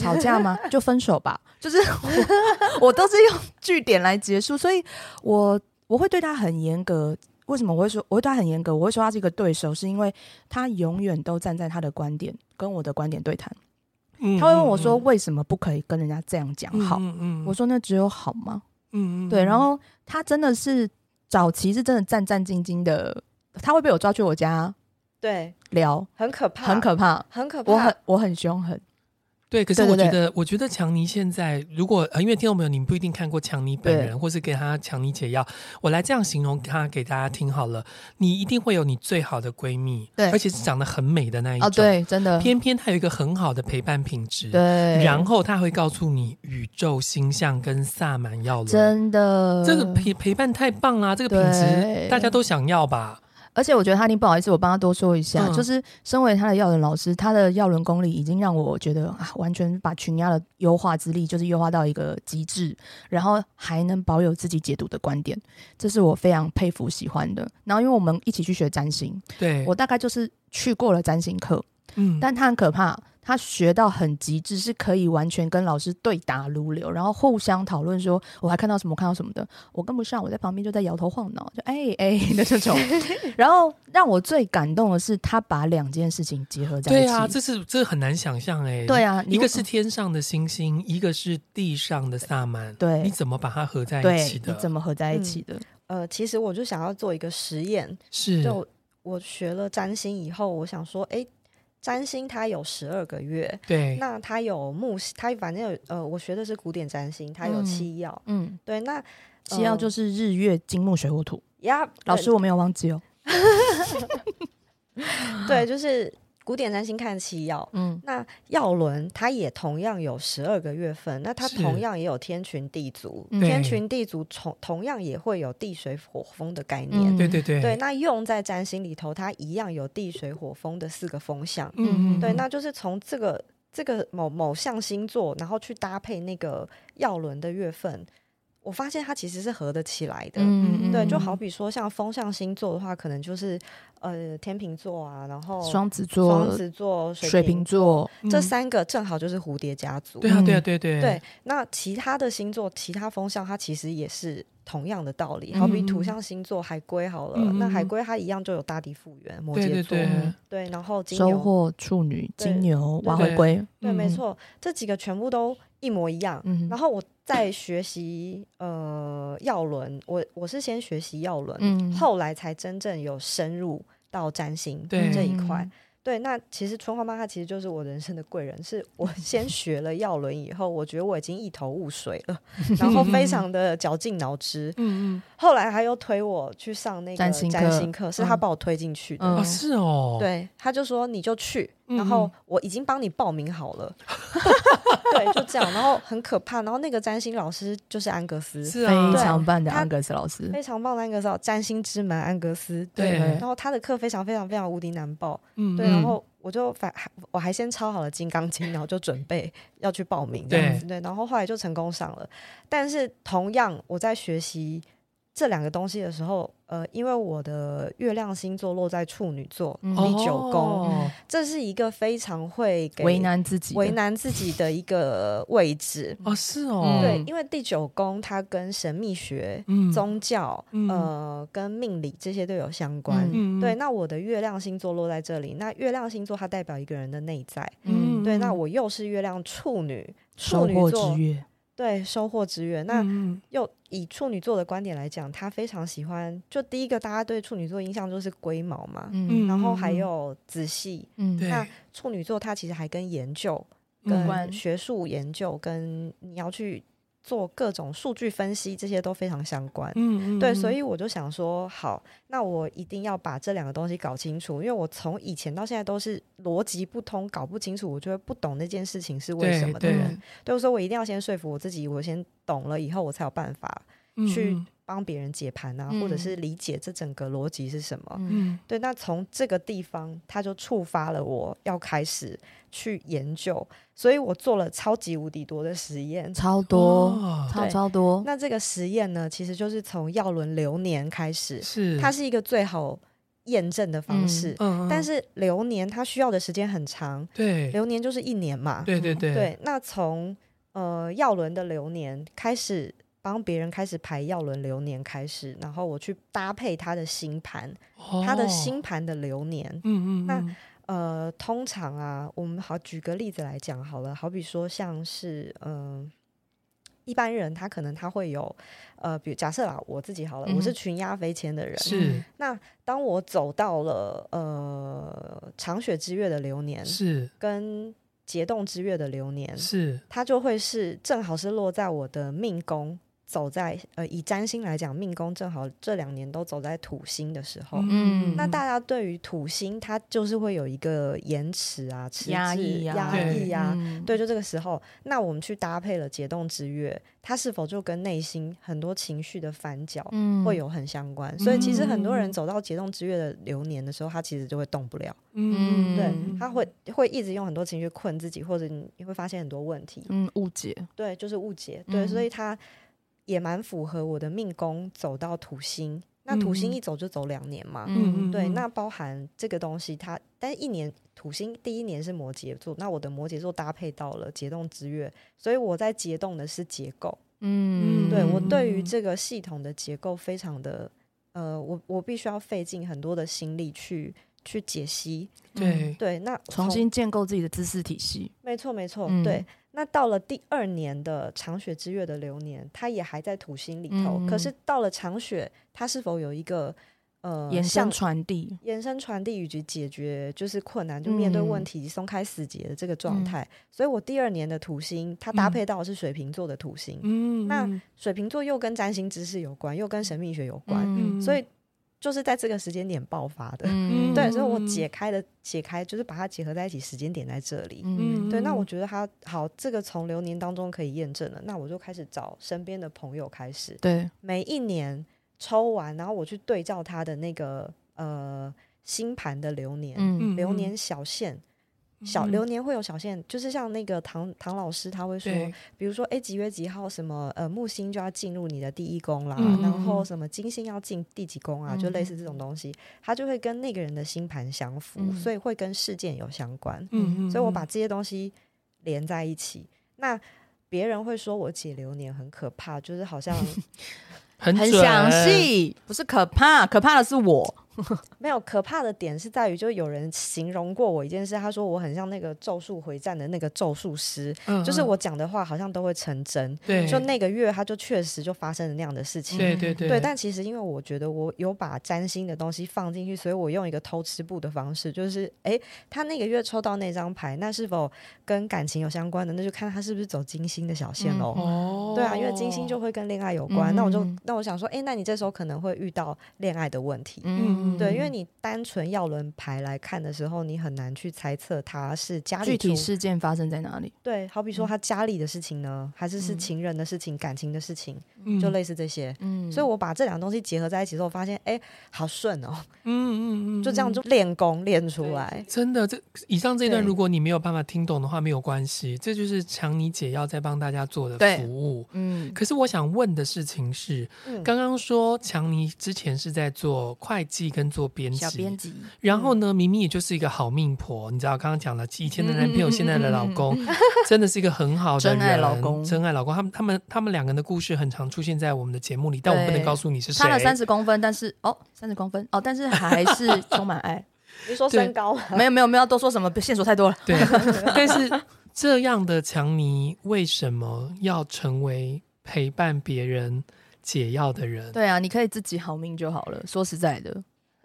[SPEAKER 3] 吵架吗？就分手吧， 就是我我都是用句点来结束，所以我我会对他很严格。为什么我会说我会对他很严格？我会说他是一个对手，是因为他永远都站在他的观点跟我的观点对谈。
[SPEAKER 2] 嗯
[SPEAKER 3] 他会问我说
[SPEAKER 2] 嗯
[SPEAKER 3] 为什么不可以跟人家这样讲
[SPEAKER 2] 嗯
[SPEAKER 3] 好？
[SPEAKER 2] 嗯嗯，
[SPEAKER 3] 我说那只有好吗？
[SPEAKER 2] 嗯嗯
[SPEAKER 3] 对，
[SPEAKER 2] 嗯
[SPEAKER 3] 然后他真的是早期是真的战战兢兢的，他会被我抓去我家
[SPEAKER 4] 对，
[SPEAKER 3] 聊，
[SPEAKER 4] 很可怕，
[SPEAKER 3] 很可怕。
[SPEAKER 4] 很可怕。
[SPEAKER 3] 我很我很凶狠，
[SPEAKER 2] 对，可是
[SPEAKER 3] 对对
[SPEAKER 2] 我觉
[SPEAKER 3] 对
[SPEAKER 2] 得，我觉得强尼现在如果呃，因为听众朋友你们不一定看过强尼本
[SPEAKER 3] 对
[SPEAKER 2] 人，或是给他强尼解药，我来这样形容他给大家听好了，你一定会有你最好的闺蜜，
[SPEAKER 3] 对
[SPEAKER 2] 而且是长得很美的那一种，
[SPEAKER 3] 哦，，对，真的，
[SPEAKER 2] 偏偏她有一个很好的陪伴品质，，
[SPEAKER 3] 对，
[SPEAKER 2] 然后她会告诉你宇宙星象跟萨满药轮，
[SPEAKER 3] 真的，
[SPEAKER 2] 这个陪陪伴太棒啦，这个品质
[SPEAKER 3] 对
[SPEAKER 2] 大家都想要吧，
[SPEAKER 3] 而且我觉得他一定不好意思，我帮他多说一下，
[SPEAKER 2] 嗯
[SPEAKER 3] 就是身为他的药轮老师，他的药轮功力已经让我觉得啊，完全把群压的优化之力就是优化到一个极致，然后还能保有自己解读的观点，这是我非常佩服喜欢的。然后因为我们一起去学占星，
[SPEAKER 2] 对，
[SPEAKER 3] 我大概就是去过了占星课，
[SPEAKER 2] 嗯
[SPEAKER 3] 但他很可怕，他学到很极致，是可以完全跟老师对答如流，然后互相讨论说，我还看到什么，我看到什么的，我跟不上，我在旁边就在摇头晃脑，就哎哎的这种。然后让我最感动的是，他把两件事情结合在一起。
[SPEAKER 2] 对啊，这是这很难想象哎、
[SPEAKER 3] 对啊
[SPEAKER 2] 一
[SPEAKER 3] 你
[SPEAKER 2] 个是天上的星星，一个是地上的萨满，
[SPEAKER 3] 对
[SPEAKER 2] 你怎么把它合在一
[SPEAKER 3] 对，
[SPEAKER 2] 起
[SPEAKER 3] 你
[SPEAKER 2] 的？
[SPEAKER 3] 怎么合在一起的？
[SPEAKER 4] 呃，其实我就想要做一个实验，
[SPEAKER 2] 是？
[SPEAKER 4] 就我我学了占星以后，我想说，诶，占星它有十二个月，
[SPEAKER 2] 对，
[SPEAKER 4] 那它有木，它反正有呃，我学的是古典占星，它有
[SPEAKER 3] 嗯
[SPEAKER 4] 七曜，
[SPEAKER 3] 嗯，
[SPEAKER 4] 对，那
[SPEAKER 3] 西药就是日月金木水火土。
[SPEAKER 4] 呀，
[SPEAKER 3] 老师，我没有忘记哦。
[SPEAKER 4] 对，就是古典占星看七曜，
[SPEAKER 3] 嗯，
[SPEAKER 4] 那耀轮它也同样有十二个月份，那它
[SPEAKER 2] 是
[SPEAKER 4] 同样也有天群地族，
[SPEAKER 3] 嗯
[SPEAKER 4] 天
[SPEAKER 2] 对
[SPEAKER 4] 群地族同同样也会有地水火风的概
[SPEAKER 3] 嗯
[SPEAKER 4] 念。
[SPEAKER 2] 对对对，
[SPEAKER 4] 对，那用在占星里头，它一样有地水火风的四个风象。
[SPEAKER 2] 嗯，嗯
[SPEAKER 4] 对，
[SPEAKER 2] 嗯
[SPEAKER 4] 那就是从这个这个某某项星座，然后去搭配那个耀轮的月份，我发现它其实是合得起来的。
[SPEAKER 3] 嗯
[SPEAKER 4] 对，就好比说像风象星座的话，可能就是呃天秤座啊，然后
[SPEAKER 3] 双子座、
[SPEAKER 4] 双子座、
[SPEAKER 3] 水
[SPEAKER 4] 瓶
[SPEAKER 3] 瓶座，
[SPEAKER 4] 这
[SPEAKER 2] 嗯
[SPEAKER 4] 三个正好就是蝴蝶家族。
[SPEAKER 2] 对啊，
[SPEAKER 3] 嗯
[SPEAKER 2] 对啊，对对
[SPEAKER 4] 对，那其他的星座、其他风象，它其实也是同样的道理。
[SPEAKER 3] 嗯
[SPEAKER 4] 好比土象星座海龟好了，
[SPEAKER 2] 嗯
[SPEAKER 4] 那海龟它一样就有大地复原、摩
[SPEAKER 2] 对
[SPEAKER 4] 羯
[SPEAKER 2] 对
[SPEAKER 4] 座，
[SPEAKER 2] 对，
[SPEAKER 3] 嗯
[SPEAKER 4] 对然后金
[SPEAKER 3] 收
[SPEAKER 4] 牛，
[SPEAKER 3] 获处女、
[SPEAKER 4] 对
[SPEAKER 3] 金牛、
[SPEAKER 4] 对
[SPEAKER 3] 娃回归，
[SPEAKER 4] 对，没
[SPEAKER 2] 嗯，
[SPEAKER 4] 错，这几个全部都一模一样。
[SPEAKER 3] 嗯
[SPEAKER 4] 然后我在学习呃药轮，我我是先学习药轮，
[SPEAKER 3] 嗯
[SPEAKER 4] 后来才真正有深入到占星
[SPEAKER 2] 对
[SPEAKER 4] 这一
[SPEAKER 3] 嗯
[SPEAKER 2] 嗯
[SPEAKER 4] 块。，对，那其实春花妈她其实就是我人生的贵人，是我
[SPEAKER 3] 嗯
[SPEAKER 4] 先学了药轮以后，我觉得我已经一头雾水 了，然后非常的绞尽脑汁。
[SPEAKER 2] 嗯
[SPEAKER 4] 后来她又推我去上那个
[SPEAKER 3] 占
[SPEAKER 4] 占
[SPEAKER 3] 星
[SPEAKER 4] 星
[SPEAKER 3] 课
[SPEAKER 4] 课，是她把我推进去的。
[SPEAKER 3] 嗯
[SPEAKER 2] 嗯，啊，是哦，，
[SPEAKER 4] 对，她就说你就去，
[SPEAKER 2] 嗯
[SPEAKER 4] 然后我已经帮你报名 好了，对，就这样，然后很可怕，然后那个占星老师就是安格斯，
[SPEAKER 2] 是
[SPEAKER 3] 非
[SPEAKER 2] 啊，
[SPEAKER 3] 常棒的
[SPEAKER 4] 他
[SPEAKER 3] 安格斯老师，
[SPEAKER 4] 非常棒的安格斯，占星之门安格斯，
[SPEAKER 2] 对
[SPEAKER 4] 然后他的课非常非常非常无敌难报，
[SPEAKER 2] 嗯，
[SPEAKER 4] 对，
[SPEAKER 2] 嗯
[SPEAKER 4] 然后我就反还我还先抄好了《金刚经》，然后就准备要去报名这样子，对，然后后来就成功上了。但是同样，我在学习这两个东西的时候，呃，因为我的月亮星座落在处女座
[SPEAKER 3] 嗯
[SPEAKER 4] 第九宫，
[SPEAKER 2] 哦
[SPEAKER 4] 这是一个非常会嗯给
[SPEAKER 3] 为难自己的，
[SPEAKER 4] 为难自己的一个位置。
[SPEAKER 2] 哦，是
[SPEAKER 3] 嗯
[SPEAKER 2] 哦，
[SPEAKER 4] 对，，因为第九宫它跟神秘学、
[SPEAKER 2] 嗯，
[SPEAKER 4] 宗教、
[SPEAKER 2] 嗯
[SPEAKER 4] 呃跟命理这些都有相关。
[SPEAKER 2] 嗯，嗯
[SPEAKER 4] 对，，那我的月亮星座落在这里，那月亮星座它代表一个人的内在。
[SPEAKER 3] 嗯
[SPEAKER 4] 对，那我又是月亮处女，
[SPEAKER 3] 收
[SPEAKER 4] 处女
[SPEAKER 3] 获之
[SPEAKER 4] 座
[SPEAKER 3] 月，
[SPEAKER 4] 对收获之月。那
[SPEAKER 2] 嗯
[SPEAKER 4] 又以处女座的观点来讲，他非常喜欢。就第一个，大家对处女座印象就是龟毛嘛，
[SPEAKER 3] 嗯
[SPEAKER 2] 嗯
[SPEAKER 4] 然后还有仔细。
[SPEAKER 3] 嗯，
[SPEAKER 2] 对
[SPEAKER 4] 那处女座它其实还跟研究、
[SPEAKER 2] 嗯
[SPEAKER 3] 关
[SPEAKER 4] 跟学术研究、跟你要去做各种数据分析，这些都非常相关。
[SPEAKER 2] 嗯嗯，
[SPEAKER 4] 对，
[SPEAKER 2] 嗯
[SPEAKER 4] 所以我就想说，好，那我一定要把这两个东西搞清楚，因为我从以前到现在都是逻辑不通、搞不清楚，我就会不懂那件事情是为什么的
[SPEAKER 2] 对
[SPEAKER 4] 人。对，所以我一定要先说服我自己，我先懂了以后，我才有办法
[SPEAKER 2] 嗯
[SPEAKER 4] 去帮别人解盘啊，或者
[SPEAKER 3] 嗯
[SPEAKER 4] 是理解这整个逻辑是什么。
[SPEAKER 3] 嗯
[SPEAKER 2] 嗯
[SPEAKER 4] 对，那从这个地方，它就触发了我要开始去研究，所以我做了超级无敌多的实验。
[SPEAKER 3] 超多，
[SPEAKER 2] 哦
[SPEAKER 3] 超
[SPEAKER 4] 对
[SPEAKER 3] 超多，
[SPEAKER 4] 那这个实验呢，其实就是从耀轮流年开始，
[SPEAKER 2] 是
[SPEAKER 4] 它是一个最好验证的方式。
[SPEAKER 2] 嗯，嗯
[SPEAKER 4] 但是流年它需要的时间很长，
[SPEAKER 2] 对
[SPEAKER 4] 流年就是一年嘛。
[SPEAKER 2] 对对对，
[SPEAKER 4] 嗯对那从呃耀轮的流年开始，帮别人开始排耀轮流年开始，然后我去搭配他的星盘，他的
[SPEAKER 2] 哦
[SPEAKER 4] 星盘的流年。
[SPEAKER 2] 嗯嗯，
[SPEAKER 4] 那
[SPEAKER 2] 嗯
[SPEAKER 4] 呃，通常啊，我们好举个例子来讲好了，好比说像是嗯、呃一般人他可能他会有呃，比如假设啦，我自己好了，我
[SPEAKER 3] 嗯
[SPEAKER 4] 是
[SPEAKER 3] 哼
[SPEAKER 4] 群压飞迁的人，
[SPEAKER 2] 是
[SPEAKER 4] 那当我走到了呃长雪之月的流年
[SPEAKER 2] 是
[SPEAKER 4] 跟结冻之月的流年，
[SPEAKER 2] 是，
[SPEAKER 4] 它就会是正好是落在我的命宫，走在呃以占星来讲，命宫正好这两年都走在土星的时候。
[SPEAKER 3] 嗯
[SPEAKER 4] 那大家对于土星，它就是会有一个延迟啊、迟滞、
[SPEAKER 3] 压抑啊
[SPEAKER 4] 压抑啊，
[SPEAKER 3] 嗯
[SPEAKER 4] 对，就这个时候，那我们去搭配了解冻之月，它是否就跟内心很多情绪的反角，
[SPEAKER 3] 嗯
[SPEAKER 4] 会有很相关。所以其实很多
[SPEAKER 2] 嗯
[SPEAKER 4] 人走到解冻之月的流年的时候，他其实就会动不了，
[SPEAKER 3] 嗯
[SPEAKER 4] 对
[SPEAKER 3] 嗯，
[SPEAKER 4] 他会会一直用很多情绪困自己，或者你你会发现很多问题，
[SPEAKER 3] 嗯误解，
[SPEAKER 4] 对，就是误解，对，所
[SPEAKER 3] 嗯
[SPEAKER 4] 以他也蛮符合我的命宫走到土星，那土星
[SPEAKER 2] 嗯
[SPEAKER 4] 一走就走两年嘛。
[SPEAKER 3] 嗯
[SPEAKER 2] 嗯
[SPEAKER 4] 对，
[SPEAKER 2] 嗯
[SPEAKER 4] 那包含这个东西它，但是一年土星第一年是摩羯座，那我的摩羯座搭配到了解冻之月，所以我在解冻的是结构，
[SPEAKER 3] 嗯，
[SPEAKER 4] 对我对于
[SPEAKER 2] 嗯
[SPEAKER 4] 这个系统的结构非常的，呃，我我必须要费尽很多的心力去去解析。
[SPEAKER 2] 嗯对
[SPEAKER 4] 对，那
[SPEAKER 3] 重新建构自己的知识体系，
[SPEAKER 4] 没错没错，
[SPEAKER 3] 嗯
[SPEAKER 4] 对。那到了第二年的长雪之月的流年，它也还在土星里头，
[SPEAKER 3] 嗯
[SPEAKER 4] 可是到了长雪，它是否有一个呃
[SPEAKER 3] 延伸
[SPEAKER 4] 向
[SPEAKER 3] 传递，
[SPEAKER 4] 延伸传递以及解决就是困难，就面对问
[SPEAKER 3] 嗯
[SPEAKER 4] 题、松开死结的这个状态？所以我第二年的土星，它搭
[SPEAKER 2] 嗯
[SPEAKER 4] 配到的是水瓶座的土星，
[SPEAKER 2] 嗯，
[SPEAKER 4] 那
[SPEAKER 2] 嗯
[SPEAKER 4] 水瓶座又跟占星知识有关，又跟神秘学有关，
[SPEAKER 3] 嗯
[SPEAKER 2] 嗯
[SPEAKER 4] 所以就是在这个时间点爆发的。
[SPEAKER 3] 嗯
[SPEAKER 4] 对，所以我
[SPEAKER 2] 嗯
[SPEAKER 4] 解开了解开，就是把它结合在一起，时间点在这里。
[SPEAKER 3] 嗯
[SPEAKER 4] 对，那我觉得他好，这个从流年当中可以验证了。那我就开始找身边的朋友开始，
[SPEAKER 3] 对，
[SPEAKER 4] 每一年抽完，然后我去对照他的那个呃星盘的流年，
[SPEAKER 3] 嗯
[SPEAKER 4] 流年小限，小
[SPEAKER 2] 嗯
[SPEAKER 4] 流年会有小限，就是像那个唐唐老师他会说，
[SPEAKER 2] 对
[SPEAKER 4] 比如说哎几月几号什么呃木星就要进入你的第一宫啦，
[SPEAKER 3] 嗯
[SPEAKER 4] 然后什么金星要进第几宫啊，就类似这种
[SPEAKER 3] 嗯
[SPEAKER 4] 东西，它就会跟那个人的星盘相符，
[SPEAKER 3] 嗯
[SPEAKER 4] 所以会跟事件有相关。
[SPEAKER 2] 嗯
[SPEAKER 4] 所以我把这些东西连在一起。那别人会说我解流年很可怕，就是好像
[SPEAKER 2] 很
[SPEAKER 3] 很
[SPEAKER 2] 准
[SPEAKER 3] 详，细，不是可怕，可怕的是我，
[SPEAKER 4] 没有可怕的点是在于，就有人形容过我一件事，他说我很像那个《咒术回战》的那个咒术师，
[SPEAKER 2] 嗯
[SPEAKER 4] 就是
[SPEAKER 2] 嗯
[SPEAKER 4] 我讲的话好像都会成真。
[SPEAKER 2] 对
[SPEAKER 4] 就那个月，他就确实就发生了那样的事情。
[SPEAKER 2] 对对对
[SPEAKER 4] 对，但其实因为我觉得我有把占星的东西放进去，所以我用一个偷吃步的方式，就是诶，他那个月抽到那张牌，那是否跟感情有相关的，那就看他是不是走金星的小线
[SPEAKER 3] 嗯
[SPEAKER 4] 喽。
[SPEAKER 2] 哦，
[SPEAKER 4] 对啊，因为金星就会跟恋爱有关，那我就
[SPEAKER 3] 嗯
[SPEAKER 4] 那我想说，诶，那你这时候可能会遇到恋爱的问题。
[SPEAKER 2] 嗯
[SPEAKER 4] 对，因为你单纯要轮牌来看的时候，你很难去猜测他是家里
[SPEAKER 3] 具体
[SPEAKER 4] 出
[SPEAKER 3] 事件发生在哪里？
[SPEAKER 4] 对，好比说
[SPEAKER 3] 嗯
[SPEAKER 4] 他家里的事情呢，还是是
[SPEAKER 3] 嗯
[SPEAKER 4] 情人的事情、感情的事情，
[SPEAKER 2] 嗯
[SPEAKER 4] 就类似这些。
[SPEAKER 3] 嗯
[SPEAKER 4] 所以我把这两个东西结合在一起之后，发现哎，好顺哦，
[SPEAKER 2] 嗯嗯嗯，
[SPEAKER 4] 就这样
[SPEAKER 2] 嗯
[SPEAKER 4] 就练功练出来。
[SPEAKER 2] 真的，这以上这一段，
[SPEAKER 4] 对
[SPEAKER 2] 如果你没有办法听懂的话，没有关系，这就是强尼解药在帮大家做的
[SPEAKER 3] 对
[SPEAKER 2] 服务。
[SPEAKER 3] 嗯
[SPEAKER 2] 可是我想问的事情是，
[SPEAKER 4] 嗯，
[SPEAKER 2] 刚刚说强尼之前是在做会计跟做编辑，
[SPEAKER 3] 小编嗯辑，
[SPEAKER 2] 然后呢，明明也就是一个好命婆，你知道，刚刚讲了以前的男朋友，
[SPEAKER 3] 嗯嗯嗯嗯
[SPEAKER 2] 现在的老公， 真的是一个很好的人
[SPEAKER 3] 真爱老公
[SPEAKER 2] 真爱老公。他们他们他们两个人的故事很常出现在我们的节目里，但我们不能
[SPEAKER 3] 对
[SPEAKER 2] 告诉你是谁。
[SPEAKER 3] 差了三十公分，但是哦，三十公分哦，但是还是充满爱。
[SPEAKER 4] 你说
[SPEAKER 2] 对
[SPEAKER 4] 身高，
[SPEAKER 3] 没有没有没有，多说什么线索太多了。
[SPEAKER 2] 对， 但是这样的强尼为什么要成为陪伴别人解药的人？
[SPEAKER 3] 对啊，你可以自己好命就好了。说实在的，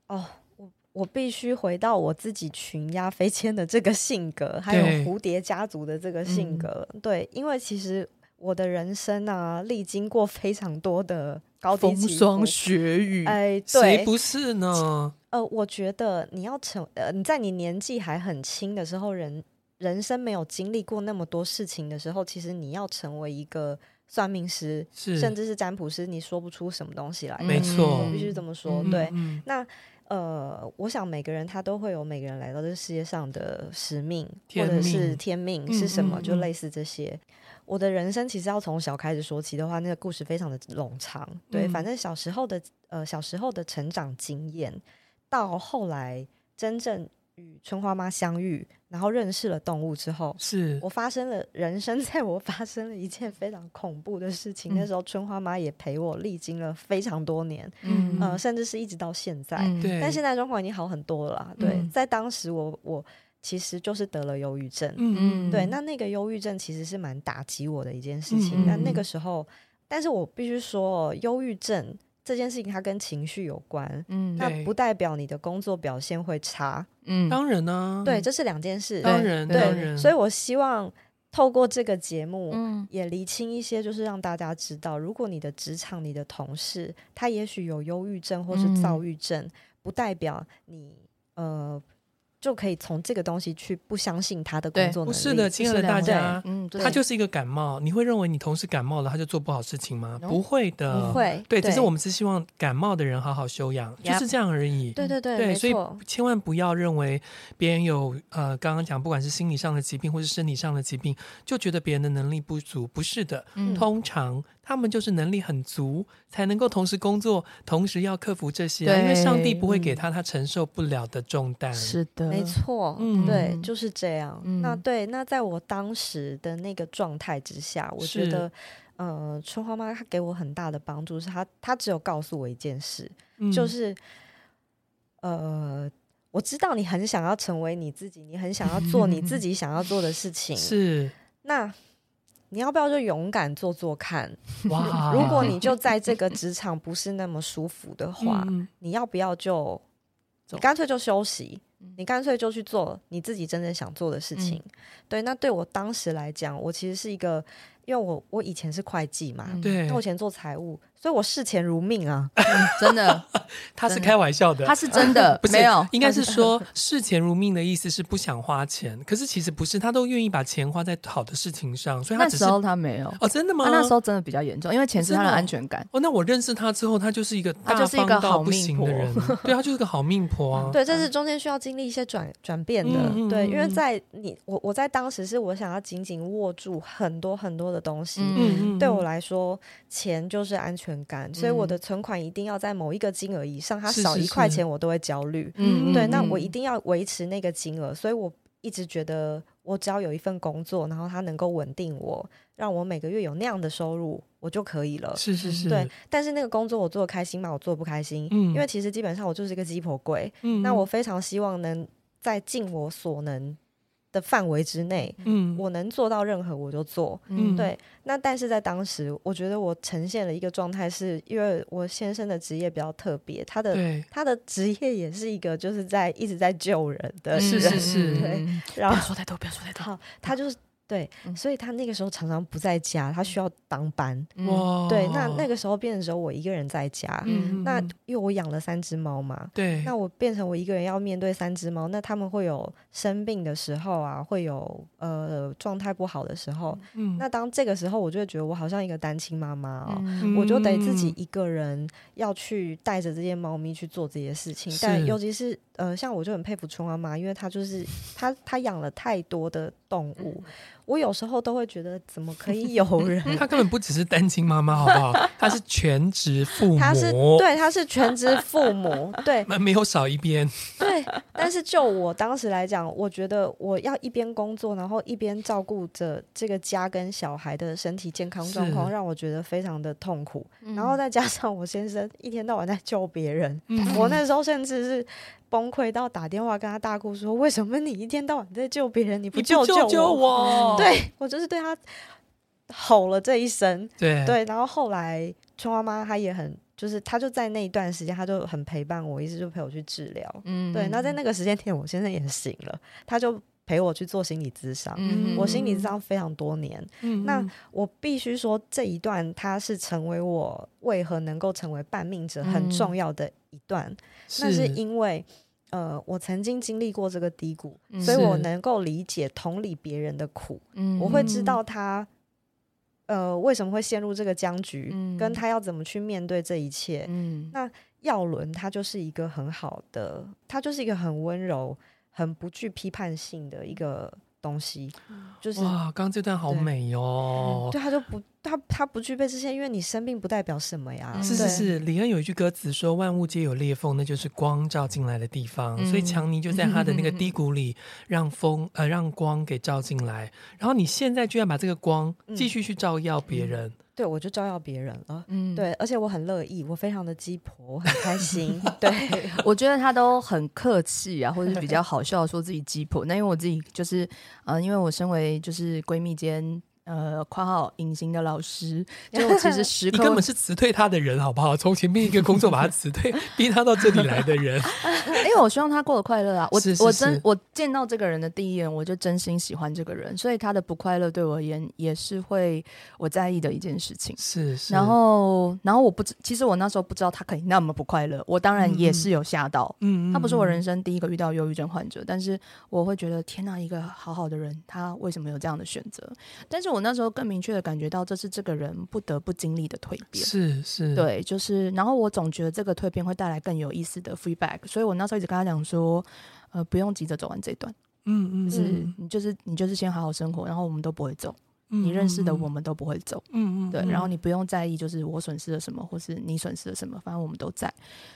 [SPEAKER 4] 哦，我我必须回到我自己群鸦飞迁的这个性格，还有
[SPEAKER 2] 对
[SPEAKER 4] 蝴蝶家族的这个性
[SPEAKER 3] 嗯
[SPEAKER 4] 格。对，因为其实我的人生啊，历经过非常多的高低
[SPEAKER 3] 风
[SPEAKER 4] 起
[SPEAKER 3] 霜
[SPEAKER 4] 伏
[SPEAKER 3] 雪
[SPEAKER 2] 嗯
[SPEAKER 3] 雨，
[SPEAKER 4] 哎，
[SPEAKER 2] 谁
[SPEAKER 4] 对，
[SPEAKER 2] 不是呢？
[SPEAKER 4] 呃，我觉得你要成呃，你在你年纪还很轻的时候，人人生没有经历过那么多事情的时候，其实你要成为一个算命师，
[SPEAKER 2] 是，
[SPEAKER 4] 甚至是占卜师，你说不出什么东西来的。
[SPEAKER 2] 没错
[SPEAKER 4] 我必须这么说。
[SPEAKER 2] 嗯
[SPEAKER 4] 对，
[SPEAKER 2] 嗯
[SPEAKER 4] 呃，我想每个人他都会有每个人来到这世界上的使命，或
[SPEAKER 2] 天
[SPEAKER 4] 者
[SPEAKER 2] 命
[SPEAKER 4] 是天命
[SPEAKER 2] 嗯
[SPEAKER 4] 是什么，
[SPEAKER 2] 嗯
[SPEAKER 4] 就
[SPEAKER 2] 嗯
[SPEAKER 4] 类似这些。我的人生其实要从小开始说起的话，那个故事非常的冗长。对，
[SPEAKER 2] 嗯
[SPEAKER 4] 反正小时候的呃小时候的成长经验，到后来真正与春花妈相遇，然后认识了动物之后。
[SPEAKER 2] 是
[SPEAKER 4] 我发生了人生，在我发生了一件非常恐怖的事情。那
[SPEAKER 3] 嗯
[SPEAKER 4] 时候，春花妈也陪我历经了非常多年，
[SPEAKER 2] 嗯
[SPEAKER 4] 呃，甚至是一直到现在。
[SPEAKER 3] 嗯
[SPEAKER 2] 对，
[SPEAKER 4] 但现在状况已经好很多了啦。对，
[SPEAKER 2] 嗯
[SPEAKER 4] 在当时我我其实就是得了忧郁症，
[SPEAKER 2] 嗯
[SPEAKER 4] 对，
[SPEAKER 3] 嗯
[SPEAKER 4] 那那个忧郁症其实是蛮打击我的一件事情。那、
[SPEAKER 3] 嗯嗯
[SPEAKER 4] 那
[SPEAKER 3] 嗯
[SPEAKER 4] 个时候，但是我必须说哦，忧郁症这件事情它跟情绪有关。
[SPEAKER 3] 嗯
[SPEAKER 4] 那
[SPEAKER 2] 对
[SPEAKER 4] 不代表你的工作表现会差，
[SPEAKER 3] 嗯
[SPEAKER 2] 当然呢，
[SPEAKER 4] 对，这是两件事。
[SPEAKER 2] 当然
[SPEAKER 3] 对
[SPEAKER 2] 当然，
[SPEAKER 4] 所以我希望透过这个节目，
[SPEAKER 3] 嗯
[SPEAKER 4] 也厘清一些，就是让大家知道，如果你的职场、你的同事，他也许有忧郁症或是
[SPEAKER 2] 嗯
[SPEAKER 4] 躁郁症，不代表你呃就可以从这个东西去不相信他的工作
[SPEAKER 2] 不
[SPEAKER 4] 能力。
[SPEAKER 2] 是的，亲爱的大家。
[SPEAKER 3] 嗯，对
[SPEAKER 2] 他就是一个感冒，你会认为你同事感冒了，他就做不好事情吗？
[SPEAKER 3] No
[SPEAKER 2] 不会的，
[SPEAKER 4] 嗯不。会，
[SPEAKER 2] 对，只是我们是希望感冒的人好好休养，就
[SPEAKER 3] Yep
[SPEAKER 2] 是这样而已。
[SPEAKER 4] 对对对，
[SPEAKER 2] 对
[SPEAKER 4] 没
[SPEAKER 2] 所以
[SPEAKER 4] 错，
[SPEAKER 2] 千万不要认为别人有呃，刚刚讲不管是心理上的疾病或是身体上的疾病，就觉得别人的能力不足。不是的，
[SPEAKER 3] 嗯
[SPEAKER 2] 通常他们就是能力很足，才能够同时工作，同时要克服这些啊、
[SPEAKER 3] 对嗯
[SPEAKER 2] 因为上帝不会给他他承受不了的重担。
[SPEAKER 3] 是的，
[SPEAKER 4] 没错，
[SPEAKER 2] 嗯
[SPEAKER 4] 对，
[SPEAKER 3] 嗯
[SPEAKER 4] 就是这样。
[SPEAKER 3] 嗯
[SPEAKER 4] 那对，那在我当时的那个状态之下，我觉
[SPEAKER 2] 是
[SPEAKER 4] 得。呃，春花妈她给我很大的帮助，是她她只有告诉我一件事，
[SPEAKER 2] 嗯
[SPEAKER 4] 就是，呃，我知道你很想要成为你自己，你很想要做你 自己想要做的事情。
[SPEAKER 2] 嗯是
[SPEAKER 4] 那你要不要就勇敢做做看？
[SPEAKER 2] 哇，
[SPEAKER 4] 如果你就在这个职场不是那么舒服的话，
[SPEAKER 2] 嗯
[SPEAKER 4] 你要不要 就
[SPEAKER 3] 走
[SPEAKER 4] 你干脆就休息？
[SPEAKER 2] 嗯
[SPEAKER 4] 你干脆就去做你自己真正想做的事情。对，那对我当时来讲，我其实是一个因为我我以前是会计嘛，
[SPEAKER 5] 嗯
[SPEAKER 2] 对
[SPEAKER 4] 那我以前做财务，所以我视钱如命啊。
[SPEAKER 5] 真的，
[SPEAKER 2] 他是
[SPEAKER 5] 真的
[SPEAKER 2] 开玩笑的，
[SPEAKER 3] 嗯他是真的
[SPEAKER 2] 不是
[SPEAKER 3] 没有，
[SPEAKER 2] 应该是 说视钱如命的意思是不想花钱，可是其实不是，他都愿意把钱花在好的事情上，所以他
[SPEAKER 3] 那
[SPEAKER 2] 只是
[SPEAKER 3] 时候他没有，啊
[SPEAKER 2] 哦，真的吗？
[SPEAKER 3] 他那时候真的比较严重，因为钱是他的安全感。
[SPEAKER 2] 哦，那我认识他之后，他就是一个
[SPEAKER 3] 他
[SPEAKER 2] 大
[SPEAKER 3] 就是一
[SPEAKER 2] 方
[SPEAKER 3] 个
[SPEAKER 2] 到
[SPEAKER 3] 好
[SPEAKER 2] 不
[SPEAKER 3] 命
[SPEAKER 2] 行的
[SPEAKER 3] 婆
[SPEAKER 2] 人，对他就是个好命婆啊。
[SPEAKER 4] 对，这是中间需要经历一些转转变的，
[SPEAKER 2] 嗯嗯
[SPEAKER 4] 对，因为
[SPEAKER 2] 嗯嗯
[SPEAKER 4] 在你我我在当时是我想要紧紧握住很多很多的东西，
[SPEAKER 3] 嗯
[SPEAKER 2] 嗯，嗯
[SPEAKER 4] 对我来说钱就是安全感，所以我
[SPEAKER 3] 嗯
[SPEAKER 4] 的存款一定要在某一个金额以上，它
[SPEAKER 2] 是
[SPEAKER 4] 少
[SPEAKER 2] 是
[SPEAKER 4] 一块
[SPEAKER 2] 是
[SPEAKER 4] 钱我都会焦虑。
[SPEAKER 2] 嗯
[SPEAKER 4] 对，那
[SPEAKER 2] 嗯
[SPEAKER 4] 我一定要维持那个金额，所以我一直觉得我只要有一份工作，然后它能够稳定我，让我每个月有那样的收入，我就可以了。
[SPEAKER 2] 是是是，
[SPEAKER 4] 对，但是那个工作我做的开心吗？我做得不开心，
[SPEAKER 2] 嗯
[SPEAKER 4] 因为其实基本上我就是一个鸡婆鬼，
[SPEAKER 2] 嗯
[SPEAKER 4] 那我非常希望能在尽我所能的范围之内，
[SPEAKER 2] 嗯
[SPEAKER 4] 我能做到任何我就做。
[SPEAKER 2] 嗯
[SPEAKER 4] 对，那但是在当时，我觉得我呈现了一个状态是，因为我先生的职业比较特别，他的
[SPEAKER 2] 对
[SPEAKER 4] 他的职业也是一个就是在一直在救人的人，
[SPEAKER 2] 是是是
[SPEAKER 4] 呃对，
[SPEAKER 3] 嗯
[SPEAKER 4] 然后
[SPEAKER 3] 说太多，不要说太多。
[SPEAKER 4] 好，他就是对，
[SPEAKER 3] 嗯
[SPEAKER 4] 所以他那个时候常常不在家，他需要当班，
[SPEAKER 3] 嗯，
[SPEAKER 2] 哇，
[SPEAKER 4] 对，那那个时候变成只有我一个人在家，
[SPEAKER 3] 嗯
[SPEAKER 4] 那因为我养了三只猫嘛，
[SPEAKER 2] 对，
[SPEAKER 4] 那我变成我一个人要面对三只猫，那他们会有生病的时候啊，会有呃状态不好的时候，
[SPEAKER 2] 嗯
[SPEAKER 4] 那当这个时候，我就会觉得我好像一个单亲妈妈哦。
[SPEAKER 3] 嗯
[SPEAKER 4] 我就得自己一个人要去带着这些猫咪去做这些事情，但
[SPEAKER 2] 是
[SPEAKER 4] 尤其是呃，像我就很佩服春妈妈，因为她就是她她养了太多的动
[SPEAKER 2] 嗯
[SPEAKER 4] 物，我有时候都会觉得怎么可以有 人
[SPEAKER 2] 他根本不只是单亲妈妈，好不好？他是全职父母，
[SPEAKER 4] 他是对，他是全职父 母，对
[SPEAKER 2] 没没有少一边，
[SPEAKER 4] 对。但是就我当时来讲，我觉得我要一边工作，然后一边照顾着这个家跟小孩的身体健康状况，
[SPEAKER 2] 是
[SPEAKER 4] 让我觉得非常的痛苦。
[SPEAKER 3] 嗯
[SPEAKER 4] 然后再加上我先生一天到晚在救别人，
[SPEAKER 2] 嗯
[SPEAKER 4] 我那时候甚至是崩溃到打电话跟他大哭说：“为什么你一天到晚在救别人，你不
[SPEAKER 2] 你
[SPEAKER 4] 救
[SPEAKER 2] 不救
[SPEAKER 4] 救我？”
[SPEAKER 2] 我，
[SPEAKER 4] 对我就是对他吼了这一声，
[SPEAKER 2] 对
[SPEAKER 4] 对，然后后来春花妈她也很，就是她就在那一段时间，她就很陪伴我，一直就陪我去治疗。
[SPEAKER 3] 嗯
[SPEAKER 4] 对，那在那个时间点，我先生也醒了，他就陪我去做心理咨商。
[SPEAKER 3] 嗯
[SPEAKER 4] 我心理咨商非常多年，
[SPEAKER 2] 嗯
[SPEAKER 4] 那我必须说这一段，它是成为我为何能够成为伴命者很
[SPEAKER 3] 嗯
[SPEAKER 4] 重要的一段。那是因为，呃，我曾经经历过这个低谷，
[SPEAKER 3] 嗯
[SPEAKER 4] 所以我
[SPEAKER 2] 是
[SPEAKER 4] 能够理解、同理别人的苦。
[SPEAKER 3] 嗯
[SPEAKER 4] 我会知道他呃为什么会陷入这个僵局，
[SPEAKER 3] 嗯
[SPEAKER 4] 跟他要怎么去面对这一切。
[SPEAKER 3] 嗯
[SPEAKER 4] 耀伦他就是一个很好的，他就是一个很温柔、很不具批判性的一个东西，就是
[SPEAKER 2] 哇，刚刚这段好
[SPEAKER 4] 对嗯
[SPEAKER 2] 美哦。
[SPEAKER 4] 对他就不他他不具备这些，因为你生病不代表什么呀。
[SPEAKER 3] 嗯
[SPEAKER 2] 是
[SPEAKER 4] 对
[SPEAKER 2] 是是，李恩有一句歌词说：“万物皆有裂缝，那就是光照进来的地方。所以
[SPEAKER 3] 嗯
[SPEAKER 2] 强尼就在他的那个低 谷里，让风呃让光给照进来。然后你现在居然把这个光
[SPEAKER 4] 嗯
[SPEAKER 2] 继续去照耀别人，
[SPEAKER 4] 对我就照耀别人了。
[SPEAKER 3] 嗯，
[SPEAKER 4] 对，而且我很乐意，我非常的鸡婆，我很 开心。对，
[SPEAKER 3] 我觉得他都很客气啊，或者是比较好笑，说自己鸡婆。那因为我自己就是，呃，因为我身为就是闺蜜间。呃，括号隐形的老师，就我 其实时
[SPEAKER 2] 你
[SPEAKER 3] 刻
[SPEAKER 2] 根
[SPEAKER 3] 会
[SPEAKER 2] 本是辞退他的人，好不好？从前面一个工作把他辞退， 逼他到这里来 的人，
[SPEAKER 3] 因为我希望他过得快乐啊。我
[SPEAKER 2] 是是
[SPEAKER 3] 我
[SPEAKER 2] 是
[SPEAKER 3] 真我见到这个人的第一眼，我就真心喜欢这个人，所以他的不快乐对我而言也是会我在意的一件事情。
[SPEAKER 2] 是是。
[SPEAKER 3] 然后，然后我不知，其实我那时候不知道他可以那么不快乐，我当然也是有吓到。
[SPEAKER 2] 嗯，嗯，
[SPEAKER 3] 他不是我人
[SPEAKER 2] 嗯
[SPEAKER 3] 生第一个遇到忧郁症患者，但是我会觉得天呐，一个好好的人，他为什么有这样的选择？但是我那时候更明确的感觉到，这是这个人不得不经历的蜕变。
[SPEAKER 2] 是是，
[SPEAKER 3] 对，就是，然后我总觉得这个蜕变会带来更有意思的 feedback，所以我那时候一直跟他讲说，呃，不用急着走完这段，
[SPEAKER 2] 嗯，嗯嗯，
[SPEAKER 3] 就是、你就是你就是先好好生活，然后我们都不会走，
[SPEAKER 2] 嗯
[SPEAKER 3] 你认识的
[SPEAKER 2] 嗯
[SPEAKER 3] 我们都不会走，
[SPEAKER 2] 嗯嗯，
[SPEAKER 3] 对，
[SPEAKER 2] 嗯
[SPEAKER 3] 然后你不用在意，就是我损失了什么，或是你损失了什么，反正我们都在。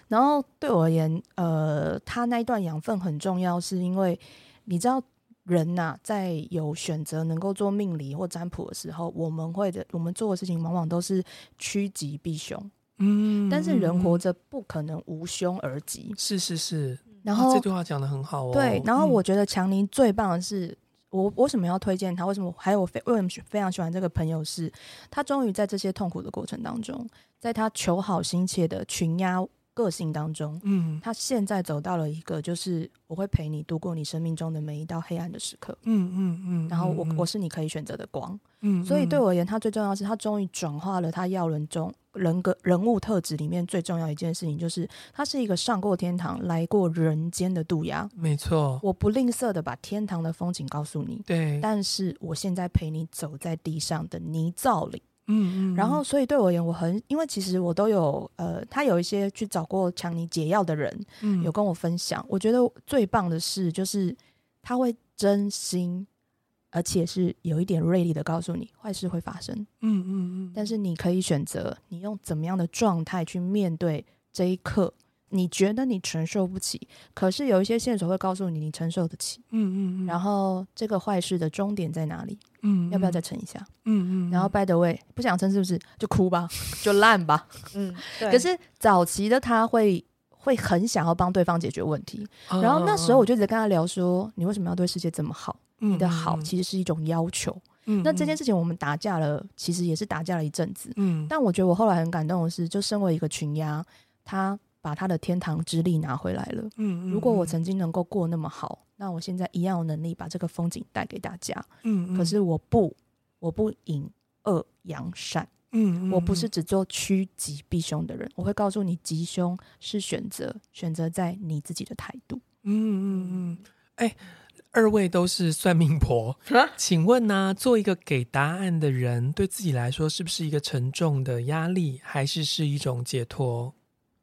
[SPEAKER 3] 然后对我而言，呃，他那一段养分很重要，是因为你知道人呐、在有选择能够做命理或占卜的时候，我们会的，我们做的事情往往都是趋吉避凶，
[SPEAKER 2] 嗯，
[SPEAKER 3] 但是
[SPEAKER 2] 嗯
[SPEAKER 3] 人活
[SPEAKER 2] 嗯
[SPEAKER 3] 着不可能无凶而吉。
[SPEAKER 2] 是是是，
[SPEAKER 3] 然
[SPEAKER 2] 哇
[SPEAKER 3] 后
[SPEAKER 2] 这句话讲的很好哦。
[SPEAKER 3] 对，然后
[SPEAKER 2] 嗯
[SPEAKER 3] 我觉得强尼最棒的是，我我为什么要推荐他？为什么还有我非为什么非常喜欢这个朋友是，他终于在这些痛苦的过程当中，在他求好心切的群压个性当中，
[SPEAKER 2] 嗯
[SPEAKER 3] 他现在走到了一个就是我会陪你度过你生命中的每一道黑暗的时刻，
[SPEAKER 2] 嗯嗯嗯，
[SPEAKER 3] 然后我
[SPEAKER 2] 嗯
[SPEAKER 3] 我，是你可以选择的光。
[SPEAKER 2] 嗯
[SPEAKER 3] 所以对
[SPEAKER 2] 嗯
[SPEAKER 3] 我而言，他最重要的是他终于转化了他耀伦中人格人物特质里面最重要一件事情，就是他是一个上过天堂来过人间的渡鸦。
[SPEAKER 2] 没错，
[SPEAKER 3] 我不吝啬的把天堂的风景告诉你，
[SPEAKER 2] 对，
[SPEAKER 3] 但是我现在陪你走在地上的泥沼里。
[SPEAKER 2] 嗯嗯，
[SPEAKER 3] 然后，所以对我而言，我很因为其实我都有呃，他有一些去找过强尼解药的人，
[SPEAKER 2] 嗯
[SPEAKER 3] 有跟我分享。我觉得最棒的是，就是他会真心，而且是有一点锐利的告诉你，坏事会发生，
[SPEAKER 2] 嗯嗯嗯，
[SPEAKER 3] 但是你可以选择你用怎么样的状态去面对这一刻。你觉得你承受不起，可是有一些线索会告诉你你承受得起。
[SPEAKER 2] 嗯嗯嗯，
[SPEAKER 3] 然
[SPEAKER 2] 后
[SPEAKER 3] 后这个坏事的终点在哪里？
[SPEAKER 2] 嗯
[SPEAKER 3] 要不要
[SPEAKER 2] 嗯
[SPEAKER 3] 再撑一下？
[SPEAKER 2] 嗯嗯，
[SPEAKER 3] 然后 by the way，不想撑是不是？就哭吧，就烂吧。
[SPEAKER 4] 嗯，
[SPEAKER 3] 可是早期的他会会很想要帮对方解决问题，
[SPEAKER 2] 嗯，嗯
[SPEAKER 3] 然后那时候我就一直跟他聊说，你为什么要对世界这么好？
[SPEAKER 2] 你
[SPEAKER 3] 你的好其实是一种要求。那这件
[SPEAKER 2] 事，
[SPEAKER 3] 事情我们打架了，其实也是打架了一阵子。
[SPEAKER 2] 嗯，
[SPEAKER 3] 但我觉得我后来很感动的是，就身为一个群鸭，他把他的天堂之力拿回来了。
[SPEAKER 2] 嗯，
[SPEAKER 3] 如果我
[SPEAKER 2] 嗯
[SPEAKER 3] 曾经能够过那么好，那我现在一样有能力把这个风景带给大家。
[SPEAKER 2] 嗯，
[SPEAKER 3] 可是我不，我不引恶扬善。
[SPEAKER 2] 嗯，嗯
[SPEAKER 3] 我不是，只做趋吉避凶的人，我会告诉你，吉凶是选择，选择在你自己的态度。
[SPEAKER 2] 嗯嗯嗯嗯，哎。二位都是算 命婆，请问呢、做一个给答案的人，对自己来说是不是一个沉重的压力，还是是一种解脱？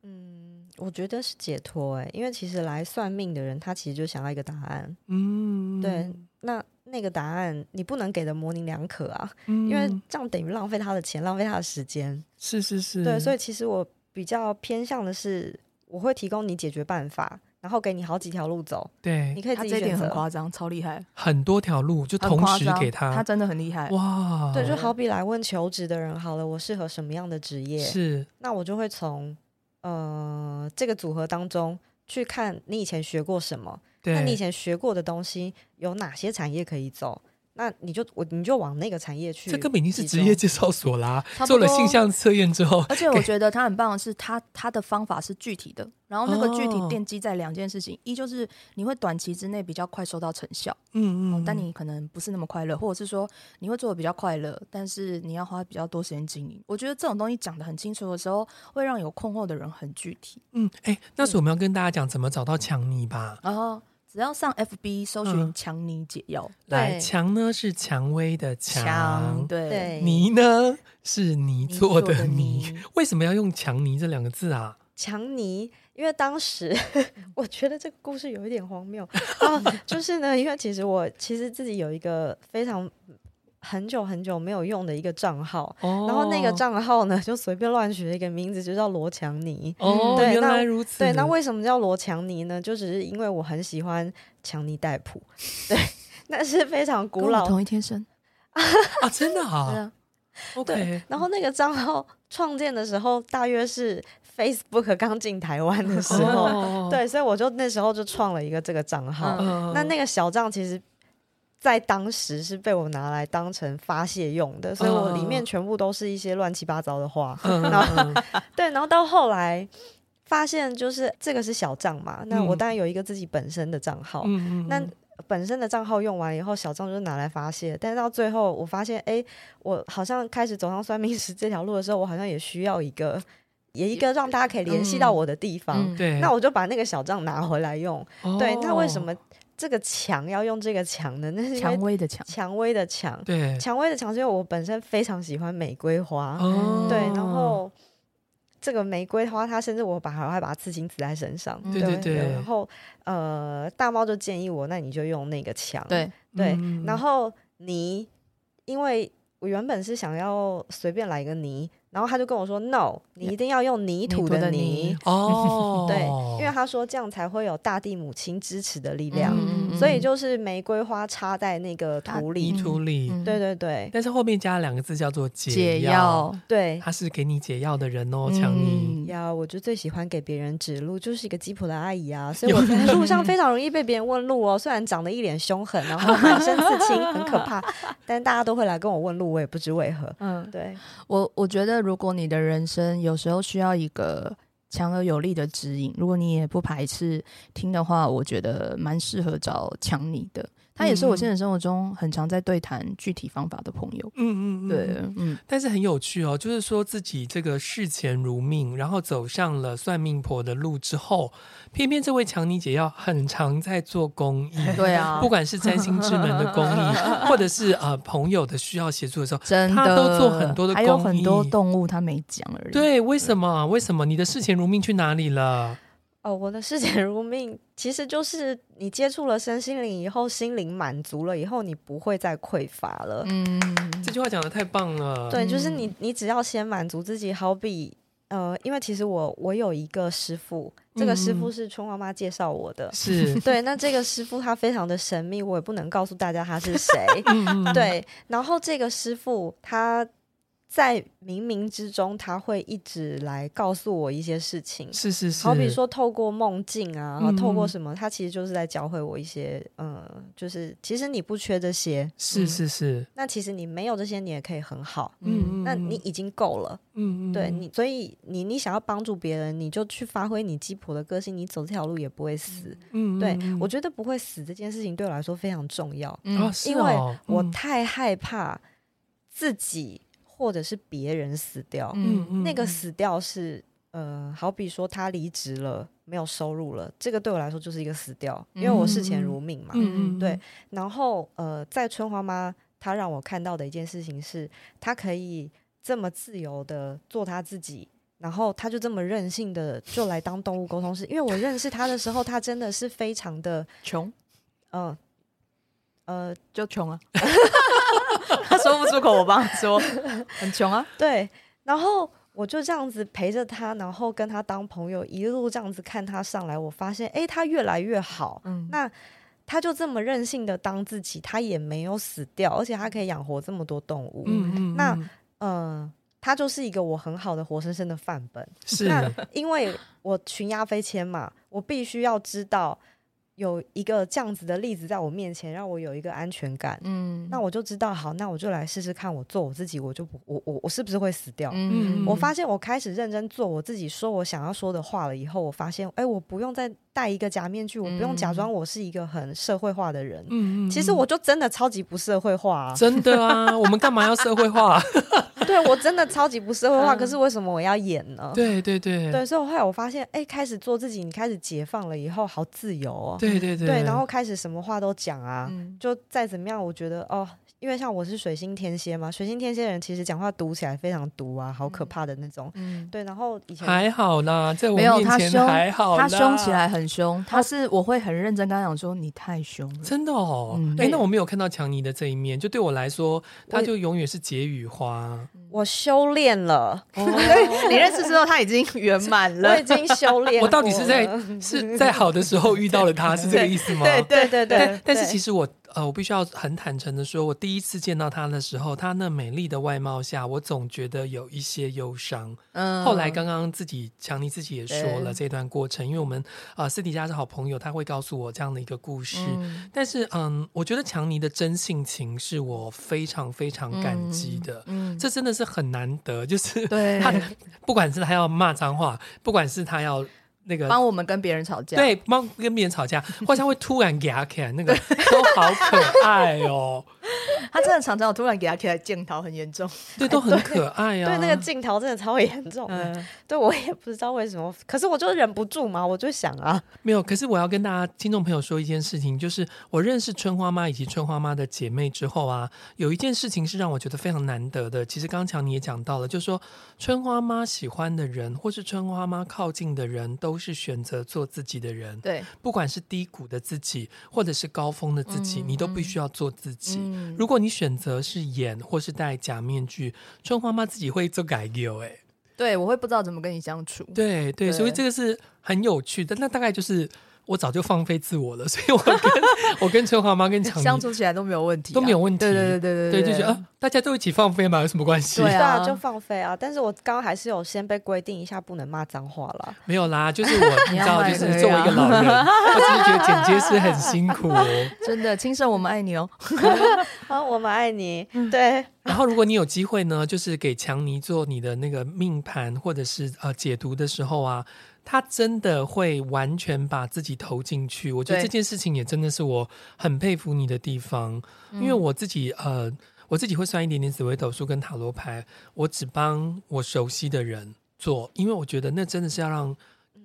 [SPEAKER 4] 嗯，我觉得是解脱哎、因为其实来算命的人，他其实就想要一个答案。
[SPEAKER 2] 嗯，
[SPEAKER 4] 对，那那个答案你不能给的模棱两可啊，
[SPEAKER 2] 嗯，
[SPEAKER 4] 因
[SPEAKER 2] 因
[SPEAKER 4] 为这样等于浪费他的钱，浪费他的时间。
[SPEAKER 2] 是是是，
[SPEAKER 4] 对，所以其实我比较偏向的是，我会提供你解决办法，然后给你好几条路走，
[SPEAKER 2] 对
[SPEAKER 4] 你可以自
[SPEAKER 3] 他
[SPEAKER 4] 己
[SPEAKER 3] 这一
[SPEAKER 4] 选
[SPEAKER 3] 点很
[SPEAKER 4] 择。
[SPEAKER 3] 夸张，超厉害，
[SPEAKER 2] 很多条路就
[SPEAKER 3] 很
[SPEAKER 2] 同
[SPEAKER 3] 夸
[SPEAKER 2] 时
[SPEAKER 3] 张
[SPEAKER 2] 给
[SPEAKER 3] 他真的很厉害。
[SPEAKER 2] 哇，
[SPEAKER 4] 对，就好比来问求职的人好了，我适合什么样的职业？
[SPEAKER 2] 是
[SPEAKER 4] 那我就会从呃这个组合当中去看你以前学过什么，
[SPEAKER 2] 对，
[SPEAKER 4] 那你以前学过的东西有哪些产业可以走？那你就我你就往那个产业去集
[SPEAKER 2] 这
[SPEAKER 4] 中。
[SPEAKER 2] 根本已经是职业介绍所 啦
[SPEAKER 3] 差。不
[SPEAKER 2] 做了
[SPEAKER 3] 多
[SPEAKER 2] 性向测验之
[SPEAKER 4] 哦
[SPEAKER 2] 后，
[SPEAKER 3] 而且我觉得他很棒的是他，他的方法是具体的，然后那个具体
[SPEAKER 2] 哦
[SPEAKER 3] 奠基在两件事情：一就是你会短期之内比较快收到成效，哦
[SPEAKER 2] 嗯
[SPEAKER 3] 但你可能不是那么快乐，或者是说你会做的比较快乐，但是你要花比较多时间经营。我觉得这种东西讲的很清楚的时候，会让有困惑的人很具体。
[SPEAKER 2] 嗯，哎、那时候我们要跟大家讲怎么找到强尼吧。
[SPEAKER 3] 然后只要上 FB 搜
[SPEAKER 2] 哦嗯
[SPEAKER 3] 寻“强尼解药
[SPEAKER 2] 来，
[SPEAKER 4] 对
[SPEAKER 2] 强呢是蔷薇的”，强，
[SPEAKER 3] 对，
[SPEAKER 4] 对
[SPEAKER 2] 泥呢是泥
[SPEAKER 3] 泥
[SPEAKER 2] 做
[SPEAKER 3] 做
[SPEAKER 2] 的
[SPEAKER 3] 的
[SPEAKER 2] 泥。
[SPEAKER 3] 泥
[SPEAKER 2] 为什么要用强尼这两个字啊？
[SPEAKER 4] 强尼，因为当时 我觉得这个故事有一点荒谬啊，就是呢，因为其实我其实自己有一个非常很久很久没有用的一个账号，
[SPEAKER 2] 哦，
[SPEAKER 4] 然后那个账号呢就随便乱取了一个名字，就叫罗强尼。
[SPEAKER 2] 哦，
[SPEAKER 4] 嗯对
[SPEAKER 2] 原
[SPEAKER 4] 那
[SPEAKER 2] 来如此。
[SPEAKER 4] 对，那为什么叫罗强尼呢？就只是因为我很喜欢强尼戴普，对， 那是非常
[SPEAKER 3] 跟
[SPEAKER 4] 古
[SPEAKER 3] 我
[SPEAKER 4] 老
[SPEAKER 3] 同一天生，
[SPEAKER 2] 啊，真的
[SPEAKER 3] 对
[SPEAKER 2] 啊
[SPEAKER 3] 啊，
[SPEAKER 2] ，OK，
[SPEAKER 4] 然后那个账号创建的时候，大约是 Facebook 刚进台湾的时候，
[SPEAKER 2] 哦，
[SPEAKER 4] 对，所以我就那时候就创了一个这个账号。
[SPEAKER 2] 嗯，
[SPEAKER 4] 那那个小账其实，在当时是被我拿来当成发泄用的，所以我里面全部都是一些乱七八糟的话。
[SPEAKER 2] 嗯， 嗯嗯
[SPEAKER 4] 对，然后到后来发现，就是这个是小账嘛，那我
[SPEAKER 2] 嗯
[SPEAKER 4] 当然有一个自己本身的账号，
[SPEAKER 2] 嗯嗯，
[SPEAKER 4] 那本身的账号用完以后，小账就是拿来发泄。但是到最后，我发现，哎、我好像开始走上算命师这条路的时候，我好像也需要一个，也一个让大家可以联系到我的地方。
[SPEAKER 3] 嗯
[SPEAKER 2] 对，
[SPEAKER 4] 那我就把那个小账拿回来用。
[SPEAKER 2] 哦
[SPEAKER 4] 对，那为什么这个强要用这个强呢？那是因
[SPEAKER 3] 蔷
[SPEAKER 4] 为
[SPEAKER 3] 薇的蔷，
[SPEAKER 4] 蔷薇的强，
[SPEAKER 2] 对
[SPEAKER 4] 蔷薇的强是因为我本身非常喜欢玫瑰花，
[SPEAKER 2] 哦
[SPEAKER 4] 对，然后。这个玫瑰花，它甚至我把它还把它刺青刺在身上，
[SPEAKER 3] 嗯
[SPEAKER 2] 对
[SPEAKER 4] 对
[SPEAKER 2] 对
[SPEAKER 4] 然后呃，大猫就建议我，那你就用那个墙。
[SPEAKER 3] 对，
[SPEAKER 4] 对
[SPEAKER 2] 嗯
[SPEAKER 4] 然后泥，因为我原本是想要随便来一个泥，然后他就跟我说，no，你一定要用泥土
[SPEAKER 3] 泥土的
[SPEAKER 4] 泥
[SPEAKER 3] 泥。
[SPEAKER 2] 哦，
[SPEAKER 4] 对，因为他说这样才会有大地母亲支持的力量，
[SPEAKER 3] 嗯
[SPEAKER 4] 所以就是玫瑰花插在那个土里
[SPEAKER 2] 泥。土里，
[SPEAKER 3] 嗯
[SPEAKER 4] 对对对
[SPEAKER 2] 但是后面加了两个字叫做
[SPEAKER 3] 解
[SPEAKER 2] 药，
[SPEAKER 3] 药，
[SPEAKER 4] 对，
[SPEAKER 2] 他是给你解药的人哦，强尼。
[SPEAKER 3] 嗯
[SPEAKER 4] 呀，我就最喜欢给别人指路，就是一个吉普的阿姨啊，所以我在路上非常容易被别人问路哦。虽然长得一脸凶狠，然后满身刺青，很可怕，但大家都会来跟我问路，我也不知为何。
[SPEAKER 3] 嗯，
[SPEAKER 4] 对，
[SPEAKER 3] 我我觉得如果你的人生有时候需要一个强而有力的指引。如果你也不排斥听的话，我觉得蛮适合找强你的。他也是
[SPEAKER 2] 嗯
[SPEAKER 3] 我现实生活中很常在对谈具体方法的朋友。
[SPEAKER 2] 嗯嗯嗯，
[SPEAKER 3] 对，嗯，
[SPEAKER 2] 但是很有趣哦，就是说自己这个视钱如命，然后走上了算命婆的路之后，偏偏这位强尼姐要很常在做 公益，
[SPEAKER 3] 对啊
[SPEAKER 2] 不，管是占星之门的公益，或者是呃朋友的需要协助的时候，
[SPEAKER 3] 真
[SPEAKER 2] 他
[SPEAKER 3] 的
[SPEAKER 2] 都做很多的
[SPEAKER 3] 还有
[SPEAKER 2] 公
[SPEAKER 3] 很多
[SPEAKER 2] 益
[SPEAKER 3] 动物他没讲而已。
[SPEAKER 2] 对，为什么？为什么你的视钱如命去哪里了？
[SPEAKER 4] 哦，我的视钱如命，其实就是你接触了身心灵以后，心灵满足了以后，你不会再匮乏了。
[SPEAKER 3] 嗯，
[SPEAKER 2] 这句话讲的太棒了。
[SPEAKER 4] 对，就是
[SPEAKER 3] 嗯
[SPEAKER 4] 你，你只要先满足自己，好比呃，因为其实我我有一个师傅，这个师
[SPEAKER 2] 嗯
[SPEAKER 4] 傅是春花妈介绍我的。
[SPEAKER 2] 是，
[SPEAKER 4] 对，那这个师傅他非常的神秘，我也不能告诉大家他是谁。
[SPEAKER 2] 嗯，嗯，
[SPEAKER 4] 对，然后这个师傅他在冥冥之中，他会一直来告诉我一些事情，
[SPEAKER 2] 是是是。
[SPEAKER 4] 好比，说透过梦境啊，然后透
[SPEAKER 2] 嗯
[SPEAKER 4] 过什么，他其实就是在教会我一些，呃，就是其实你不缺这些，
[SPEAKER 2] 是是是，
[SPEAKER 4] 那其实你没有这些，你也可以很好。
[SPEAKER 2] 嗯，嗯
[SPEAKER 4] 那你，已经够了，
[SPEAKER 2] 嗯嗯，
[SPEAKER 4] 对
[SPEAKER 2] 嗯
[SPEAKER 4] 你，所以你你想要帮助别人，你就去发挥你鸡婆的个性，你走这条路也不会死。
[SPEAKER 2] 嗯，
[SPEAKER 4] 对
[SPEAKER 2] 嗯
[SPEAKER 4] 我，觉得不会死这件事情对我来说非常重要，
[SPEAKER 2] 嗯啊，
[SPEAKER 3] 嗯，
[SPEAKER 2] 是
[SPEAKER 4] 因为
[SPEAKER 2] 哦
[SPEAKER 4] 我
[SPEAKER 2] 嗯
[SPEAKER 4] 太害怕自己或者是别人死掉。
[SPEAKER 2] 嗯嗯
[SPEAKER 4] 那个
[SPEAKER 2] 嗯
[SPEAKER 4] 死掉是呃，好比说他离职了，没有收入了，这个对我来说就是一个死掉，因为我视钱如命嘛。
[SPEAKER 2] 嗯嗯，
[SPEAKER 4] 对
[SPEAKER 2] 嗯，
[SPEAKER 4] 然后呃，在春花妈她让我看到的一件事情是，她可以这么自由的做她自己。然后她就这么任性的就来当动物沟通师，因为我认识她的时候，她真的是非常的，
[SPEAKER 5] 穷
[SPEAKER 4] 嗯呃
[SPEAKER 5] 就穷 啊，他说不出口，我帮他说，很穷啊，
[SPEAKER 4] 对，然后我就这样子陪着他，然后跟他当朋友，一路这样子看他上来，我发现诶，他越来越好。
[SPEAKER 5] 嗯
[SPEAKER 4] 那他就这么任性的当自己，他也没有死掉，而且他可以养活这么多动物。嗯
[SPEAKER 2] 嗯嗯，
[SPEAKER 4] 那
[SPEAKER 2] 嗯
[SPEAKER 4] 呃，他就是一个我很好的活生生的范本。
[SPEAKER 2] 是，
[SPEAKER 4] 那因为我群压飞迁嘛，我必须要知道有一个这样子的例子在我面前，让我有一个安全感。
[SPEAKER 3] 嗯，
[SPEAKER 4] 那我就知道，好，那我就来试试看，我做我自己，我就不，我我我是不是会死掉？
[SPEAKER 3] 嗯，
[SPEAKER 4] 我发现我开始认真做我自己说我想要说的话了以后，我发现，哎，我不用再戴一个假面具，我不用假装我是一个很社会化的人。
[SPEAKER 2] 嗯
[SPEAKER 4] 其实我就真的超级不社会化、啊，
[SPEAKER 2] 真的啊，我们干嘛要社会 化？
[SPEAKER 4] 对我真的超级不社会化。
[SPEAKER 5] 嗯
[SPEAKER 4] 可是为什么我要演呢？
[SPEAKER 2] 对对对
[SPEAKER 4] 对，所以后来我发现，哎，开始做自己，你开始解放了以后，好自由哦。
[SPEAKER 2] 对对对
[SPEAKER 4] 对，然后开始什么话都讲啊，
[SPEAKER 5] 嗯
[SPEAKER 4] 就再怎么样，我觉得哦，因为像我是水星天蝎嘛，水星天蝎人其实讲话毒起来非常毒啊，好可怕的那种。
[SPEAKER 3] 嗯，
[SPEAKER 4] 对，然后以前
[SPEAKER 2] 还好啦，在我
[SPEAKER 3] 没有
[SPEAKER 2] 面
[SPEAKER 3] 他
[SPEAKER 2] 前
[SPEAKER 3] 凶
[SPEAKER 2] 还好啦，
[SPEAKER 3] 他
[SPEAKER 2] 哦
[SPEAKER 3] 凶起来很凶，他是我会很认真跟他讲说你太凶了，
[SPEAKER 2] 真的哦。
[SPEAKER 3] 嗯
[SPEAKER 2] 哎，
[SPEAKER 3] 对
[SPEAKER 2] 那我没有看到强尼的这一面，就对我来说，他
[SPEAKER 4] 我
[SPEAKER 2] 就永远是解语花。
[SPEAKER 4] 我修炼了，
[SPEAKER 2] 哦
[SPEAKER 5] 你认识之后他已经圆满
[SPEAKER 4] 我
[SPEAKER 5] 了
[SPEAKER 4] 已，经 修炼过了。
[SPEAKER 2] 我到底是在是在好的时候遇到了他，是这个意思吗？
[SPEAKER 5] 对
[SPEAKER 4] 对对对
[SPEAKER 2] 哦但，但是其
[SPEAKER 4] 实
[SPEAKER 2] 实我呃，我必须要很坦诚的说，我第一次见到她的时候，她那美丽的外貌下，我总觉得有一些忧伤。
[SPEAKER 3] 嗯
[SPEAKER 2] 后来刚刚自己强尼自己也说了这段过程，因为我们啊、呃私底下是好朋友，他会告诉我这样的一个故事。
[SPEAKER 3] 嗯
[SPEAKER 2] 但是嗯，我觉得强尼的真性情是我非常非常感激的。
[SPEAKER 3] 嗯，
[SPEAKER 2] 这真的是很难得，就是
[SPEAKER 3] 对
[SPEAKER 2] 他不管是他要骂脏话，不管是他要那个
[SPEAKER 3] 帮我们跟别人吵架，，
[SPEAKER 2] 对，帮跟别人吵架，或者他会突然给他看，那个都好可爱哦，
[SPEAKER 5] 他真的常常我突然给他起来检讨，很 严重，
[SPEAKER 2] 对，都很可爱啊。
[SPEAKER 4] 对那个镜头真的超严重的，
[SPEAKER 5] 嗯，
[SPEAKER 4] 对我也不知道为什么，可是我就忍不住嘛，我就想啊，
[SPEAKER 2] 没有，可是我要跟大家听众朋友说一件事情，就是我认识春花妈以及春花妈的姐妹之后啊，有一件事情是让我觉得非常难得的。其实刚强你也讲到了，就是说春花妈喜欢的人，或是春花妈靠近的人，都是选择做自己的人，
[SPEAKER 3] 对，
[SPEAKER 2] 不管是低谷的自己，或者是高峰的自己，
[SPEAKER 3] 嗯
[SPEAKER 2] 你都必须要做自己。
[SPEAKER 3] 嗯
[SPEAKER 2] 如果你选择是演或是戴假面具，春花妈自己会做改丢哎，
[SPEAKER 5] 嗯
[SPEAKER 3] 对我会不知道怎么跟你相处，
[SPEAKER 2] 对对，
[SPEAKER 3] 对
[SPEAKER 2] 所以这个是很有趣的。那大概就是我早就放飞自我了， 所以我 跟我跟春华妈跟强尼
[SPEAKER 5] 相处起来都没有问题啊、
[SPEAKER 2] 都没有问题
[SPEAKER 5] 对对对对
[SPEAKER 2] 对，
[SPEAKER 5] 对，
[SPEAKER 2] 就觉得、啊、大家都一起放飞嘛，有什么关系？
[SPEAKER 5] 对
[SPEAKER 4] 对
[SPEAKER 5] 啊
[SPEAKER 4] 啊，就放飞啊！但是我刚刚还是有先被规定一下，不能骂脏话啦。
[SPEAKER 2] 没有啦，就是我，
[SPEAKER 5] 你
[SPEAKER 2] 你知
[SPEAKER 5] 要
[SPEAKER 2] 道，
[SPEAKER 5] 卖
[SPEAKER 2] 就是
[SPEAKER 5] 对
[SPEAKER 2] 作为一个
[SPEAKER 5] 啊
[SPEAKER 2] 老人，我只是觉得剪接是很辛苦。哦
[SPEAKER 5] 真的，亲生我们爱你哦。
[SPEAKER 4] 啊，我们爱你，对，
[SPEAKER 2] 然后，如果你有机会呢，就是给强尼做你的那个命盘或者是呃解读的时候啊，他真的会完全把自己投进去。我觉得
[SPEAKER 5] 对
[SPEAKER 2] 这件事情也真的是我很佩服你的地方，因为我自己呃，我自己会算一点点紫微斗数跟塔罗牌，我只帮我熟悉的人做，因为我觉得那真的是要让，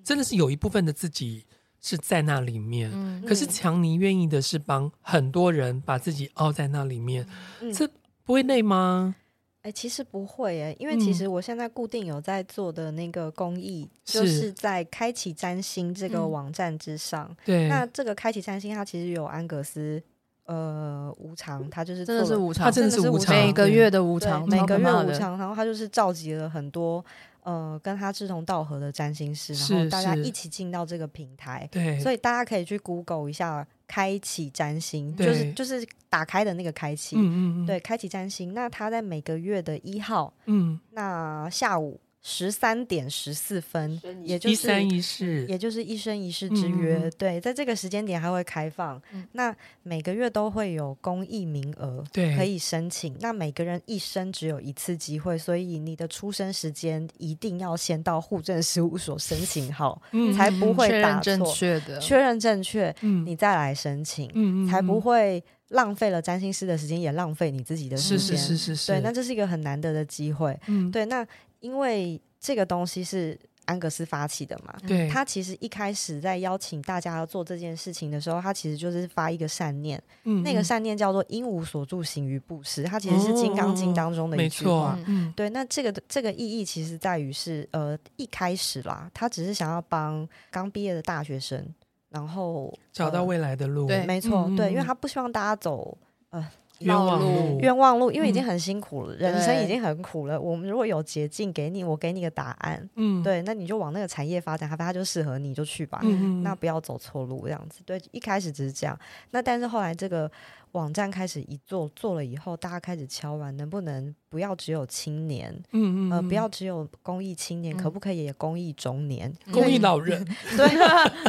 [SPEAKER 2] 真的是有一部分的自己是在那里面。
[SPEAKER 5] 嗯，
[SPEAKER 2] 可是强尼愿意的是帮很多人把自己凹在那里面，
[SPEAKER 4] 嗯
[SPEAKER 2] 这不会累吗？
[SPEAKER 4] 哎、其实不会哎、因为其
[SPEAKER 2] 嗯
[SPEAKER 4] 实我现在固定有在做的那个公益，就是是在开启占星这个
[SPEAKER 5] 嗯
[SPEAKER 4] 网站之上。
[SPEAKER 2] 对，
[SPEAKER 4] 那这个开启占星，它其实有安格斯，呃，无常，他就是
[SPEAKER 5] 真的
[SPEAKER 4] 做
[SPEAKER 5] 是
[SPEAKER 4] 了
[SPEAKER 5] 无
[SPEAKER 2] 他
[SPEAKER 5] 偿，
[SPEAKER 2] 真的
[SPEAKER 4] 真的是
[SPEAKER 2] 无
[SPEAKER 4] 无
[SPEAKER 2] 偿，
[SPEAKER 4] 常
[SPEAKER 5] 每个月的无
[SPEAKER 4] 对
[SPEAKER 5] 偿，
[SPEAKER 4] 每个月
[SPEAKER 5] 超可怕
[SPEAKER 4] 无
[SPEAKER 5] 的，
[SPEAKER 4] 常，然后他就是召集了很多呃跟他志同道合的占星师，然
[SPEAKER 2] 是
[SPEAKER 4] 后大家
[SPEAKER 2] 是
[SPEAKER 4] 一起进到这个平台，
[SPEAKER 2] 对，
[SPEAKER 4] 所
[SPEAKER 2] 以
[SPEAKER 4] 以大家可以去 Google 一下“开启占星”，就
[SPEAKER 2] 对
[SPEAKER 4] 是就是打开的那个开启，
[SPEAKER 2] 嗯嗯嗯，
[SPEAKER 4] 对，开启占星。那他在每个月的一号
[SPEAKER 2] 嗯，
[SPEAKER 4] 那下午十三点十四分，也就
[SPEAKER 2] 一
[SPEAKER 4] 是
[SPEAKER 2] 三一四，
[SPEAKER 4] 也就是一生一世之
[SPEAKER 2] 嗯嗯
[SPEAKER 4] 约，
[SPEAKER 2] 嗯
[SPEAKER 4] 对，在这个时间点还会开放。
[SPEAKER 5] 嗯
[SPEAKER 4] 那每个月都会有公益名额，
[SPEAKER 2] 对
[SPEAKER 4] 可以申请。那每个人一生只有一次机会，所以你的出生时间一定要先到户政事务所申请好，
[SPEAKER 2] 嗯
[SPEAKER 4] 才不会
[SPEAKER 5] 确认
[SPEAKER 4] 打
[SPEAKER 5] 正
[SPEAKER 4] 错
[SPEAKER 5] 确的，
[SPEAKER 4] 确认正确，
[SPEAKER 2] 嗯
[SPEAKER 4] 你再来申请，
[SPEAKER 2] 嗯
[SPEAKER 4] 才不
[SPEAKER 2] 嗯
[SPEAKER 4] 会浪费了占星师的时间，也浪费你自己的
[SPEAKER 2] 是
[SPEAKER 4] 时
[SPEAKER 2] 是
[SPEAKER 4] 间。
[SPEAKER 2] 是是是，
[SPEAKER 4] 对，那这是一个很难得的机会。
[SPEAKER 2] 嗯
[SPEAKER 4] 对，那因为这个东西是安格斯发起的嘛，
[SPEAKER 2] 嗯对，
[SPEAKER 4] 他其实一开始在邀请大家要做这件事情的时候，他其实就是发一个善念，
[SPEAKER 2] 嗯
[SPEAKER 4] 那个善念叫做“因无所住，行于布施”，它其实是《金刚经》当中的
[SPEAKER 2] 哦没
[SPEAKER 4] 一句话。
[SPEAKER 2] 错，嗯
[SPEAKER 4] 对，那这个这个意义其实在于是，呃，一开始啦，他只是想要帮刚毕业的大学生，然后
[SPEAKER 2] 找到、未来的路，
[SPEAKER 4] 呃
[SPEAKER 5] 对
[SPEAKER 4] 没错，
[SPEAKER 2] 嗯嗯
[SPEAKER 4] 对，因为
[SPEAKER 2] 嗯
[SPEAKER 4] 他不希望大家走呃
[SPEAKER 2] 冤
[SPEAKER 4] 绕
[SPEAKER 2] 枉
[SPEAKER 4] 路
[SPEAKER 2] 路，
[SPEAKER 4] 冤枉路，因为已
[SPEAKER 2] 嗯
[SPEAKER 4] 经很辛苦了，人生已
[SPEAKER 5] 对
[SPEAKER 4] 经很苦了。我们如果有捷径给你，我给你个答案，
[SPEAKER 2] 嗯，
[SPEAKER 4] 对，那你就往那个产业发展，它它就适合你，就去吧。
[SPEAKER 2] 嗯，嗯
[SPEAKER 4] 那
[SPEAKER 2] 嗯
[SPEAKER 4] 不要走错路这样子。对，一开始只是这样，那但是后来这个网站开始一做做了以后，大家开始敲完，能不能不要只有青年，
[SPEAKER 2] 嗯嗯，
[SPEAKER 4] 呃，
[SPEAKER 2] 嗯
[SPEAKER 4] 不要只有公益青年，
[SPEAKER 5] 嗯
[SPEAKER 4] 可不可以也公益中年？
[SPEAKER 2] 公益老 人，
[SPEAKER 4] 对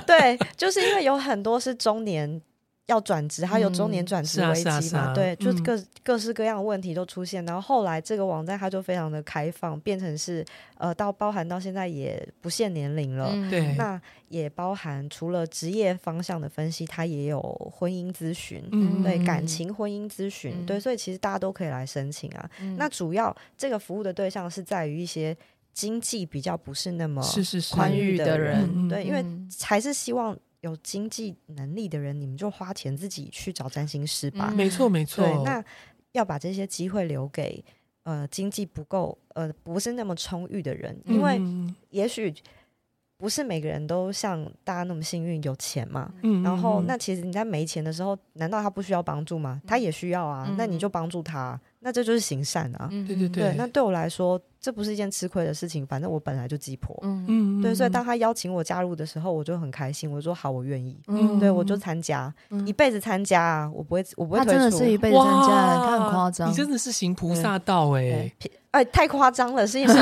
[SPEAKER 4] 对，就是因为有很多是中年。要转职，还有中年转职
[SPEAKER 2] 是啊
[SPEAKER 4] 危
[SPEAKER 2] 是啊是
[SPEAKER 4] 机嘛？
[SPEAKER 2] 啊
[SPEAKER 4] 对，就
[SPEAKER 2] 嗯
[SPEAKER 4] 各、各式各样的问题都出现。然后后来这个网站它就非常的开放，变成是呃，到包含到现在也不限年龄了。
[SPEAKER 5] 嗯
[SPEAKER 2] 对
[SPEAKER 4] 那也包含除了职业方向的分析，它也有婚姻咨询，
[SPEAKER 2] 嗯，
[SPEAKER 4] 对
[SPEAKER 2] 嗯
[SPEAKER 4] 感，情婚姻咨询，
[SPEAKER 5] 嗯
[SPEAKER 4] 对，所以其实大家都可以来申请啊。
[SPEAKER 5] 嗯
[SPEAKER 4] 那主要这个服务的对象是在于一些经济比较不是那么
[SPEAKER 2] 嗯是是是，
[SPEAKER 5] 宽裕
[SPEAKER 4] 的
[SPEAKER 5] 的人
[SPEAKER 2] 嗯嗯
[SPEAKER 4] 对，因为
[SPEAKER 5] 嗯
[SPEAKER 4] 还是希望有经济能力的人，你们就花钱自己去找占星师吧。
[SPEAKER 2] 嗯没错没错
[SPEAKER 4] 对，，那要把这些机会留给呃经济不够呃不是那么充裕的人，因为
[SPEAKER 2] 嗯
[SPEAKER 4] 也许不是每个人都像大家那么幸运有钱嘛。
[SPEAKER 2] 嗯，
[SPEAKER 4] 然后，
[SPEAKER 2] 嗯
[SPEAKER 4] 那其实你在没钱的时候，难道他不需要帮助吗？他也需要啊，那你
[SPEAKER 5] 嗯
[SPEAKER 4] 就帮助他啊，那这就是行善啊。
[SPEAKER 5] 嗯
[SPEAKER 2] 对对对
[SPEAKER 4] 对，那对我来说，这不是一件吃亏的事情，反正我本来就鸡婆。
[SPEAKER 5] 嗯
[SPEAKER 2] 嗯，嗯
[SPEAKER 4] 对，所以
[SPEAKER 2] 嗯
[SPEAKER 4] 当他邀请我加入的时候，我就很开心，我说好，我愿意。
[SPEAKER 2] 嗯
[SPEAKER 4] 对，我就参加，一辈子参加啊，我不会，我不会
[SPEAKER 3] 嗯他
[SPEAKER 4] 退
[SPEAKER 3] 真
[SPEAKER 4] 出。
[SPEAKER 3] 的是一辈子站站，他
[SPEAKER 2] 哇
[SPEAKER 3] 很夸张
[SPEAKER 2] 你。 真的是行菩萨道哎、
[SPEAKER 4] 对哎，太夸张 了，是因为是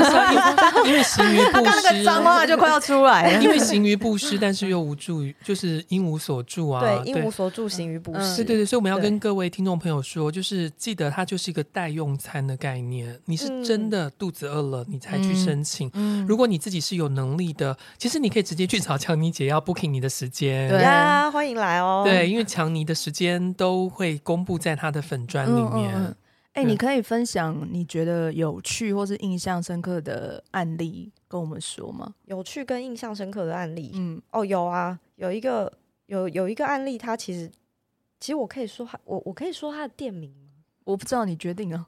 [SPEAKER 2] 因为行于布
[SPEAKER 4] 那个脏
[SPEAKER 2] 施，
[SPEAKER 4] 话就快要出来了。
[SPEAKER 2] 哎 因为行于布施，但是又无助于，就是因无所住啊。
[SPEAKER 4] 对，因无所住，行于不
[SPEAKER 5] 嗯
[SPEAKER 4] 施。
[SPEAKER 2] 对对对，所以我们要
[SPEAKER 4] 对
[SPEAKER 2] 跟各位听众朋友说，就是记得它就是一个代用餐的概念，你
[SPEAKER 4] 嗯
[SPEAKER 2] 是真的肚子饿了，你才去申请。
[SPEAKER 5] 嗯
[SPEAKER 2] 如果你自己是有能力的，其实你可以直接去找强尼姐要 booking 你的时间。
[SPEAKER 5] 对
[SPEAKER 4] 呀，欢迎来哦。
[SPEAKER 2] 对，因为强尼的时间都会公布在他的粉砖里
[SPEAKER 3] 嗯
[SPEAKER 2] 面。
[SPEAKER 3] 嗯嗯哎、
[SPEAKER 2] 对
[SPEAKER 3] 你可以分享你觉得有趣或是印象深刻的案例跟我们说吗？
[SPEAKER 4] 有趣跟印象深刻的案例、
[SPEAKER 3] 嗯，
[SPEAKER 4] 哦，有啊，有一个有有一个案例，它其实其实我可以说它，我我可以说它的店名吗？
[SPEAKER 3] 我不知道你决定啊。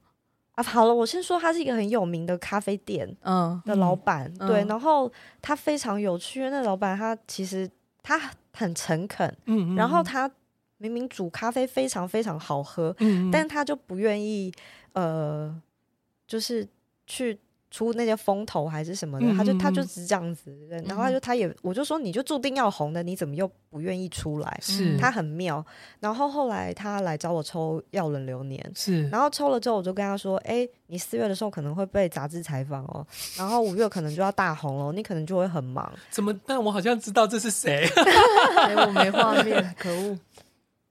[SPEAKER 4] 啊，好了，我先说它是一个很有名的咖啡店
[SPEAKER 3] 嗯
[SPEAKER 4] 的老板，
[SPEAKER 3] 嗯
[SPEAKER 4] 对，
[SPEAKER 3] 嗯
[SPEAKER 4] 然后他非常有趣，因为那老板他其实他很诚恳，
[SPEAKER 2] 嗯
[SPEAKER 4] 然后他明明煮咖啡非常非常好喝，
[SPEAKER 2] 嗯嗯
[SPEAKER 4] 但他就不愿意呃，就是去出那些风头还是什么的，他就他
[SPEAKER 2] 嗯
[SPEAKER 4] 就只是这样子，然后他就他也我就说你就注定要红的，你怎么又不愿意出来？
[SPEAKER 2] 是
[SPEAKER 4] 他很妙。然后后来他来找我抽《耀伦流年》，
[SPEAKER 2] 是
[SPEAKER 4] 然后抽了之后，我就跟他说：“哎、你四月的时候可能会被杂志采访哦，然后五月可能就要大红了，你可能就会很忙。
[SPEAKER 2] 怎么？但我好像知道这是谁，
[SPEAKER 5] 哎，我没画 面，可恶！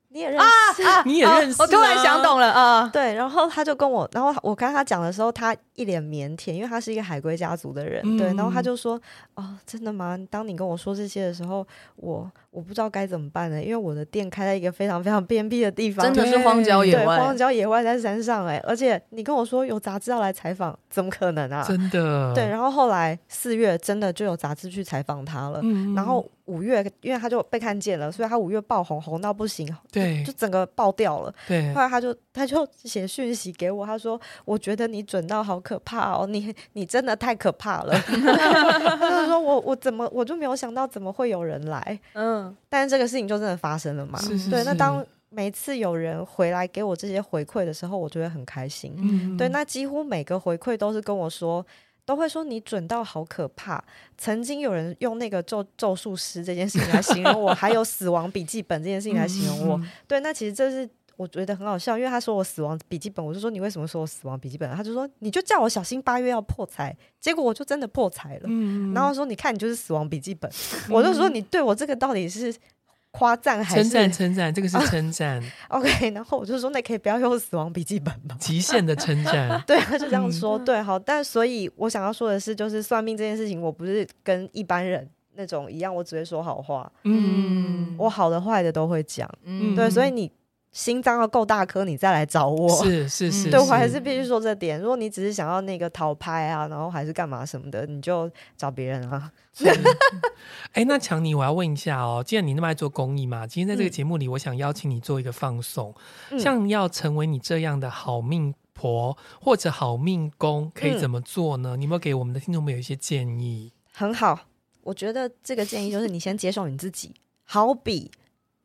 [SPEAKER 4] 你也认识、 啊
[SPEAKER 2] 啊你也认识、
[SPEAKER 5] 我突然想，懂了啊，
[SPEAKER 4] 对。然后他就跟我，然后我跟他讲的时候，他一脸腼腆，因为他是一个海归家族的人，对。然后
[SPEAKER 2] 嗯
[SPEAKER 4] 他就说：哦，真的吗？当你跟我说这些的时候，我我不知道该怎么办呢，因为我的店开在一个非常非常偏僻的地方，
[SPEAKER 5] 真的是荒郊野
[SPEAKER 4] 对，荒
[SPEAKER 5] 外，
[SPEAKER 4] 郊野外在山上哎、而且你跟我说有杂志要来采访，怎么可能啊？
[SPEAKER 2] 真的
[SPEAKER 4] 对，，然后后来四月真的就有杂志去采访他了，
[SPEAKER 2] 嗯
[SPEAKER 4] 然后五月因为他就被看见了，所以他五月爆红，红到不行，
[SPEAKER 2] 对
[SPEAKER 4] 就整个爆掉了。
[SPEAKER 2] 对
[SPEAKER 4] 后来他就他就写讯息给我，他说：“我觉得你准到好可怕哦，你你真的太可 怕了。”他就说我我怎么我就没有想到怎么会有人来，
[SPEAKER 5] 嗯，
[SPEAKER 4] 但是这个事情就真的发生了嘛？
[SPEAKER 2] 是是
[SPEAKER 4] 对，那
[SPEAKER 2] 是
[SPEAKER 4] 当每次有人回来给我这些回馈的时候，我就会很开心。
[SPEAKER 2] 嗯
[SPEAKER 4] 对，那几乎每个回馈都是跟我说，都会说你准到好可怕。曾经有人用那个咒咒术师这件事情来形容我，还有死亡笔记本这件事情来形容我。
[SPEAKER 2] 嗯嗯
[SPEAKER 4] 对，那其实这是。我觉得很好笑，因为他说我死亡笔记本，我就说你为什么说我死亡笔记本啊？他就说你就叫我小心八月要破财，结果我就真的破财了。
[SPEAKER 2] 嗯
[SPEAKER 4] 然后说你看你就是死亡笔记本，我就说你对我这个到底是夸赞还
[SPEAKER 2] 称赞
[SPEAKER 4] 是啊
[SPEAKER 2] 称赞，这个是称赞，
[SPEAKER 4] OK？然后我就说那可以不要用死亡笔记本吗？
[SPEAKER 2] 极限的称
[SPEAKER 4] ，
[SPEAKER 2] 赞
[SPEAKER 4] 对，他就这
[SPEAKER 2] 嗯
[SPEAKER 4] 样说，对，好，但所以我想要说的是，就是算命这件事情，我不是跟一般人那种一样，我只会说好话，
[SPEAKER 2] 嗯，
[SPEAKER 4] 我好的坏的都会讲，
[SPEAKER 5] 嗯
[SPEAKER 4] 对，所以
[SPEAKER 2] 嗯
[SPEAKER 4] 你心脏要够大颗，你再来找我。
[SPEAKER 2] 是是是，
[SPEAKER 4] 对，
[SPEAKER 2] 是
[SPEAKER 4] 我还是必须说这点。如果你只是想要那个讨拍啊，然后还是干嘛什么的，你就找别人啊。
[SPEAKER 2] 是 哎、那强尼，我要问一下哦，既然你那么爱做公益嘛，今天在这个节目里，我想邀请你做一个放送，
[SPEAKER 4] 嗯
[SPEAKER 2] 像要成为你这样的好命婆或者好命公，可以
[SPEAKER 4] 嗯
[SPEAKER 2] 怎么做呢？你有没有给我们的听众朋友一些建议？
[SPEAKER 4] 很好，我觉得这个建议就是你先接受你自己。好比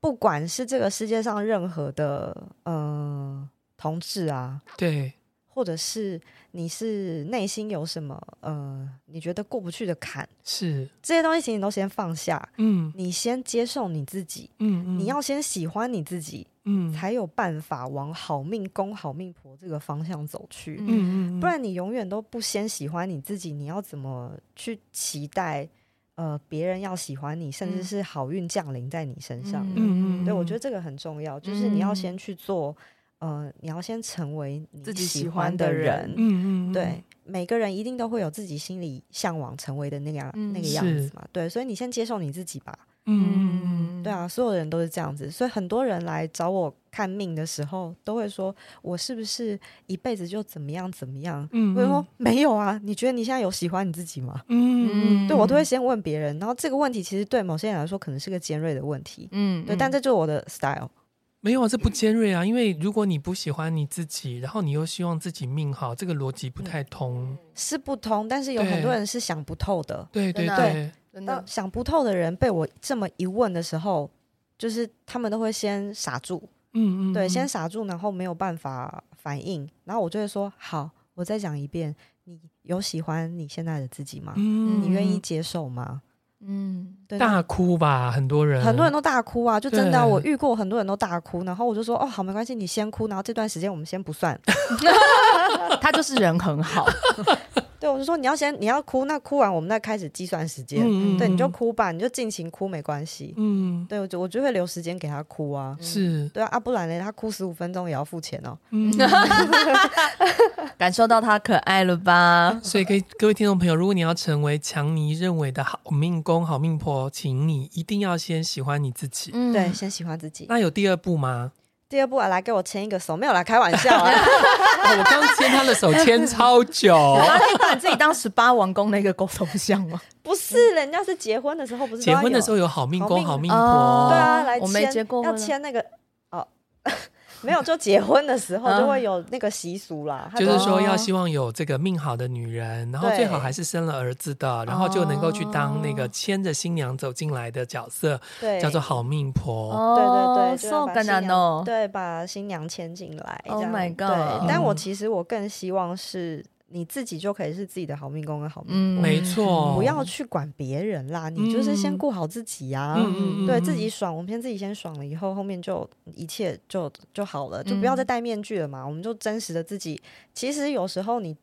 [SPEAKER 4] 不管是这个世界上任何的呃同志啊，
[SPEAKER 2] 对，
[SPEAKER 4] 或者是你是内心有什么呃，你觉得过不去的坎，
[SPEAKER 2] 是，
[SPEAKER 4] 这些东西请你都先放下，
[SPEAKER 2] 嗯
[SPEAKER 4] 你先接受你自己，
[SPEAKER 2] 嗯嗯，
[SPEAKER 4] 你要先喜欢你自己，
[SPEAKER 2] 嗯
[SPEAKER 4] 才有办法往好命公、好命婆这个方向走去。
[SPEAKER 5] 嗯
[SPEAKER 2] 嗯嗯，
[SPEAKER 4] 不然你永远都不先喜欢你自己，你要怎么去期待呃别人要喜欢你，甚至
[SPEAKER 5] 嗯
[SPEAKER 4] 是好运降临在你身上呢？
[SPEAKER 2] 嗯嗯
[SPEAKER 4] 对，我觉得这个很重要，就是你要
[SPEAKER 5] 嗯
[SPEAKER 4] 先去做，呃，你要先成为你
[SPEAKER 5] 自己喜
[SPEAKER 4] 喜
[SPEAKER 5] 欢
[SPEAKER 4] 欢
[SPEAKER 5] 的
[SPEAKER 4] 的
[SPEAKER 5] 人
[SPEAKER 4] 人，
[SPEAKER 2] 嗯嗯，嗯
[SPEAKER 4] 对，，每个人一定都会有自己心里向往成为的那个样、那
[SPEAKER 5] 嗯
[SPEAKER 4] 个样
[SPEAKER 2] 是
[SPEAKER 4] 子嘛。对，所以你先接受你自己吧。
[SPEAKER 2] 嗯嗯
[SPEAKER 4] 对啊，所有人都是这样子，所以很多人来找我看命的时候，都会说我是不是一辈子就怎么样怎么样？
[SPEAKER 2] 嗯，
[SPEAKER 4] 我就说没有啊，你觉得你现在有喜欢你自己吗？
[SPEAKER 2] 嗯，嗯
[SPEAKER 4] 对我都会先问别人，然后这个问题其实对某些人来说可能是个尖锐的问题，
[SPEAKER 5] 嗯
[SPEAKER 4] 对，但这就是我的 style。
[SPEAKER 2] 没有啊，这不尖锐啊，因为如果你不喜欢你自己，然后你又希望自己命好，这个逻辑不太通。
[SPEAKER 4] 是不通，但是有很多人是想不透的。
[SPEAKER 2] 对对
[SPEAKER 5] 真的
[SPEAKER 2] 对，
[SPEAKER 5] 真
[SPEAKER 4] 那
[SPEAKER 5] 的
[SPEAKER 4] 想不透的人被我这么一问的时候，就是他们都会先傻住，
[SPEAKER 2] 嗯嗯，
[SPEAKER 4] 对，
[SPEAKER 2] 嗯
[SPEAKER 4] 先傻住，然后没有办法反应，然后我就会说：好，我再讲一遍，你有喜欢你现在的自己吗？
[SPEAKER 2] 嗯
[SPEAKER 4] 你愿意接受吗？
[SPEAKER 5] 嗯
[SPEAKER 4] 对，
[SPEAKER 2] 大哭吧？很多人，
[SPEAKER 4] 那很多人都大哭啊，就真的啊、
[SPEAKER 2] 对
[SPEAKER 4] 我遇过很多人都大哭，然后我就说：哦，好，没关系，你先哭，然后这段时间我们先不算。
[SPEAKER 3] 他就是人很好，
[SPEAKER 4] 对，我就说你要先你要哭，那哭完我们再开始计算时间。
[SPEAKER 2] 嗯，嗯
[SPEAKER 4] 对，你就，哭吧，你就尽情哭，没关系。
[SPEAKER 2] 嗯，
[SPEAKER 4] 对，我就我就会留时间给他哭啊。
[SPEAKER 2] 是，
[SPEAKER 4] 对啊，啊不然呢？他哭十五分钟也要付钱哦。
[SPEAKER 2] 嗯，
[SPEAKER 5] 感受到他可爱了吧？
[SPEAKER 2] 所以，各位各位听众朋友，如果你要成为强尼认为的好命公、好命婆，请你一定要先喜欢你自己。
[SPEAKER 5] 嗯
[SPEAKER 4] 对，先喜欢自己。
[SPEAKER 2] 那有第二步吗？
[SPEAKER 4] 第二步啊，来给我牵一个手，没有啦，开玩笑 啊。
[SPEAKER 2] 哦我刚牵他的手，牵超 久。
[SPEAKER 3] 你把自己当十八王宫的一个沟通项吗？
[SPEAKER 4] 不是，人家是结婚的时候不是
[SPEAKER 2] 结婚的时
[SPEAKER 4] 候
[SPEAKER 2] 候有好命公、好
[SPEAKER 4] 好
[SPEAKER 2] 命
[SPEAKER 4] 命
[SPEAKER 2] 婆，
[SPEAKER 5] 哦
[SPEAKER 4] 对啊，来
[SPEAKER 5] 我没
[SPEAKER 4] 牵
[SPEAKER 5] 结过
[SPEAKER 4] 要
[SPEAKER 5] 婚啊
[SPEAKER 4] 牵那个哦， 没有，就结婚的时候
[SPEAKER 5] 嗯
[SPEAKER 4] 就会有那个习俗啦。他
[SPEAKER 2] 就是说
[SPEAKER 5] 哦
[SPEAKER 2] 要希望有这个命好的女人，然后
[SPEAKER 4] 对
[SPEAKER 2] 最好还是生了儿子的，然后就能够去当那个牵着新娘走进来的角色，
[SPEAKER 4] 对
[SPEAKER 2] 叫做。好命婆。
[SPEAKER 4] 对
[SPEAKER 5] 哦
[SPEAKER 4] 对对，就要
[SPEAKER 5] 受
[SPEAKER 4] 把
[SPEAKER 5] 感
[SPEAKER 4] 新
[SPEAKER 5] 染
[SPEAKER 4] 娘
[SPEAKER 5] 哦，
[SPEAKER 4] 对，把新娘牵进来。
[SPEAKER 5] Oh
[SPEAKER 4] 这样
[SPEAKER 5] my
[SPEAKER 4] 对
[SPEAKER 5] god
[SPEAKER 4] 但我
[SPEAKER 2] 嗯
[SPEAKER 4] 其实我更希望是你自己就可以是自己的好命工跟好命
[SPEAKER 3] 嗯，
[SPEAKER 2] 没错，
[SPEAKER 4] 不要去管别人啦，你就是先顾好自己呀、
[SPEAKER 2] 嗯嗯，嗯嗯
[SPEAKER 4] 对
[SPEAKER 2] 嗯
[SPEAKER 4] 自己爽，我们先自己先爽了，以后后面就一切就就好了，就不
[SPEAKER 2] 嗯
[SPEAKER 4] 要再戴面具了嘛。我们就真实的自己。其实有时候你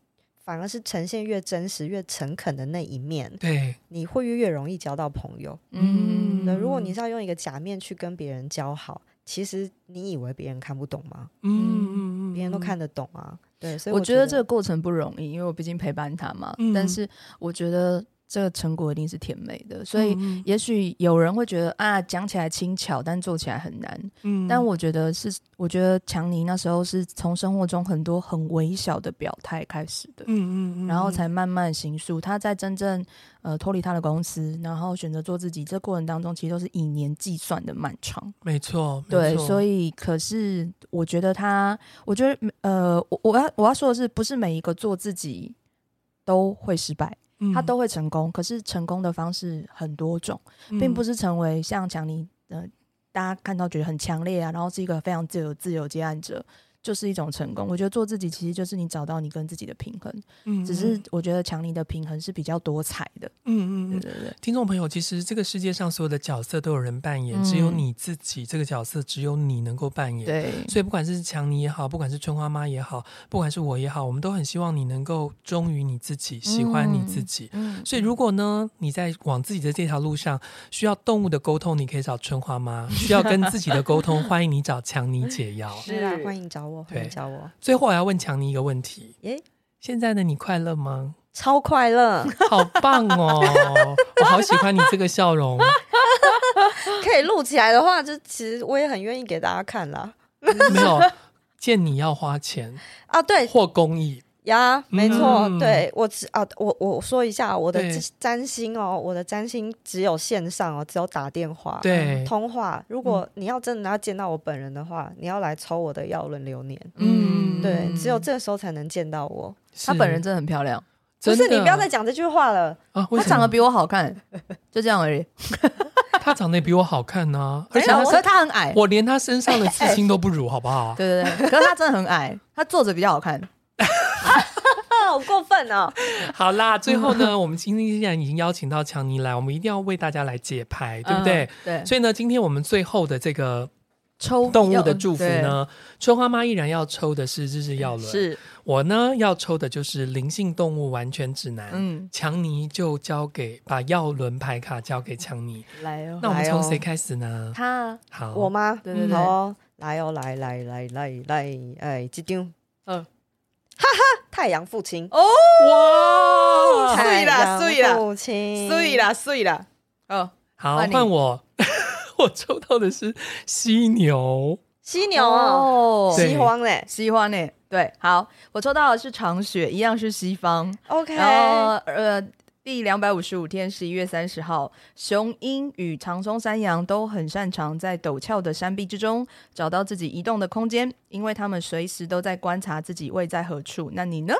[SPEAKER 4] 反而是呈现越真实、越诚恳的那一面，
[SPEAKER 2] 对，
[SPEAKER 4] 你会越容易交到朋友。
[SPEAKER 3] 嗯
[SPEAKER 4] 那、如果你是要用一个假面去跟别人交好，其实你以为别人看不懂吗？
[SPEAKER 2] 嗯嗯嗯，
[SPEAKER 4] 别人都看得懂啊。对，所以
[SPEAKER 3] 我觉
[SPEAKER 4] 觉
[SPEAKER 3] 得这个过程不容易，因为我毕竟陪伴他嘛。
[SPEAKER 2] 嗯
[SPEAKER 3] 但是我觉得这个成果一定是甜美的，所以
[SPEAKER 2] 嗯，
[SPEAKER 3] 也许有人会觉得啊，讲起来轻巧，但做起来很难。
[SPEAKER 2] 嗯
[SPEAKER 3] 但我觉得是，我觉得强尼那时候是从生活中很多很微小的表态开始的。
[SPEAKER 2] 嗯嗯嗯，
[SPEAKER 3] 然后才慢慢行塑。他在真正呃脱离他的公司，然后选择做自己，这过程当中其实都是以年计算的漫长。
[SPEAKER 2] 没错，
[SPEAKER 3] 对，所
[SPEAKER 2] 以
[SPEAKER 3] 以可是我觉得他，我觉得呃，我我要我要说的是，不是每一个做自己都会失败，
[SPEAKER 2] 嗯
[SPEAKER 3] 他都会成功。可是成功的方式很多种，并不
[SPEAKER 2] 是
[SPEAKER 3] 是成为像强尼呃，大家看到觉得很强烈啊，然后是一个非常自由自由接案者。就是一种成功，我觉得做自己其实就是你找到你跟自己的平衡，
[SPEAKER 2] 嗯
[SPEAKER 3] 只是我觉得强尼的平衡是比较多彩的，
[SPEAKER 2] 嗯嗯
[SPEAKER 3] 对
[SPEAKER 2] 嗯。
[SPEAKER 3] 对对，
[SPEAKER 2] 听众朋友，其实这个世界上所有的角色都有人扮演，
[SPEAKER 3] 嗯
[SPEAKER 2] 只有你自己这个角色，只有你能够扮演。
[SPEAKER 3] 对
[SPEAKER 2] 所以不管是强尼也好，不管是春花妈也好，不管是我也好，我们都很希望你能够忠于你自己，喜欢你自己。
[SPEAKER 3] 嗯，
[SPEAKER 2] 所以，如果呢，你在往自己的这条路上需要动物的沟通，你可以找春花妈；需要跟自己的沟 通，欢迎你找强尼解药。
[SPEAKER 4] 是啊
[SPEAKER 5] 是，
[SPEAKER 4] 欢迎找我，欢
[SPEAKER 2] 对
[SPEAKER 4] 迎找我，
[SPEAKER 2] 最后，我要问强尼一个问题：
[SPEAKER 4] 耶，
[SPEAKER 2] 现在的你快乐吗？
[SPEAKER 4] 超快乐，
[SPEAKER 2] 好棒哦！我好喜欢你这个笑容。
[SPEAKER 4] 可以录起来的话，就其实我也很愿意给大家看啦。
[SPEAKER 2] 没有见你要花钱
[SPEAKER 4] 啊，对，
[SPEAKER 2] 或公益，
[SPEAKER 4] 呀，没错，
[SPEAKER 2] 嗯
[SPEAKER 4] 对我只啊，我我说一下我的
[SPEAKER 2] 对
[SPEAKER 4] 占占星哦，我的占星只有线上哦，只有打电话，
[SPEAKER 2] 对嗯
[SPEAKER 4] 通话。如果你要真的要见到我本人的话，你要来抽我的耀轮流年，
[SPEAKER 2] 嗯
[SPEAKER 4] 对，只有这时候才能见到我。
[SPEAKER 3] 她本人真的很漂亮，
[SPEAKER 4] 不
[SPEAKER 2] 真
[SPEAKER 4] 是
[SPEAKER 2] 的
[SPEAKER 4] 你不要再讲这句话了，
[SPEAKER 2] 啊，为
[SPEAKER 3] 她
[SPEAKER 2] 什
[SPEAKER 3] 长得
[SPEAKER 2] 么
[SPEAKER 3] 比我好看，就这样而已。
[SPEAKER 2] 他长得比 我好看 呢？
[SPEAKER 3] 而
[SPEAKER 2] 而且
[SPEAKER 3] 且
[SPEAKER 2] 他
[SPEAKER 3] 可是
[SPEAKER 2] 是
[SPEAKER 3] 她很矮，
[SPEAKER 2] 我连他 身上的刺青都不如，好不好？
[SPEAKER 3] 对对对，可是她真的很矮，她坐着比较好看。
[SPEAKER 4] 啊，好过分哦！
[SPEAKER 2] 好啦，最后 呢，我们今天既然已经邀请到强尼来，我们一定要为大家来解牌，对不对？
[SPEAKER 3] 嗯对，
[SPEAKER 2] 所以呢，今天我们最后的这个
[SPEAKER 3] 抽
[SPEAKER 2] 动物的祝福呢，春花妈依然要抽的是日日耀轮，
[SPEAKER 3] 是，
[SPEAKER 2] 我呢要抽的就是灵性动物完全指南。
[SPEAKER 3] 嗯，
[SPEAKER 2] 强尼就交给把耀轮牌卡交给强尼，
[SPEAKER 3] 来 哦，
[SPEAKER 2] 那我们
[SPEAKER 4] 来
[SPEAKER 2] 从
[SPEAKER 4] 哦
[SPEAKER 2] 谁开始呢？
[SPEAKER 3] 她
[SPEAKER 2] 好，
[SPEAKER 4] 我吗？
[SPEAKER 3] 对对对
[SPEAKER 4] 好哦，来哦，来来来来来，哎，这张，
[SPEAKER 3] 嗯
[SPEAKER 4] 嗯，哈哈，太阳父亲，
[SPEAKER 2] 哇，
[SPEAKER 4] 太
[SPEAKER 5] 碎啦
[SPEAKER 4] 阳嗯
[SPEAKER 5] 碎啦
[SPEAKER 4] 父亲，
[SPEAKER 5] 碎啦碎啦，哦，
[SPEAKER 2] 好
[SPEAKER 3] 换你
[SPEAKER 2] 换我， 我抽到的是犀牛，
[SPEAKER 4] 犀牛哦，
[SPEAKER 3] 哦
[SPEAKER 2] 对
[SPEAKER 4] 西荒嘞
[SPEAKER 3] 喜欢呢。对，好，我抽到的是长雪，一样是西方，
[SPEAKER 4] ，OK，
[SPEAKER 3] 然
[SPEAKER 4] 哦
[SPEAKER 3] 后呃，第两百五十五天，十一月三十号，雄鹰与长松山羊都很擅长在陡峭的山壁之中找到自己移动的空间，因为他们随时都在观察自己位在何处。那你呢？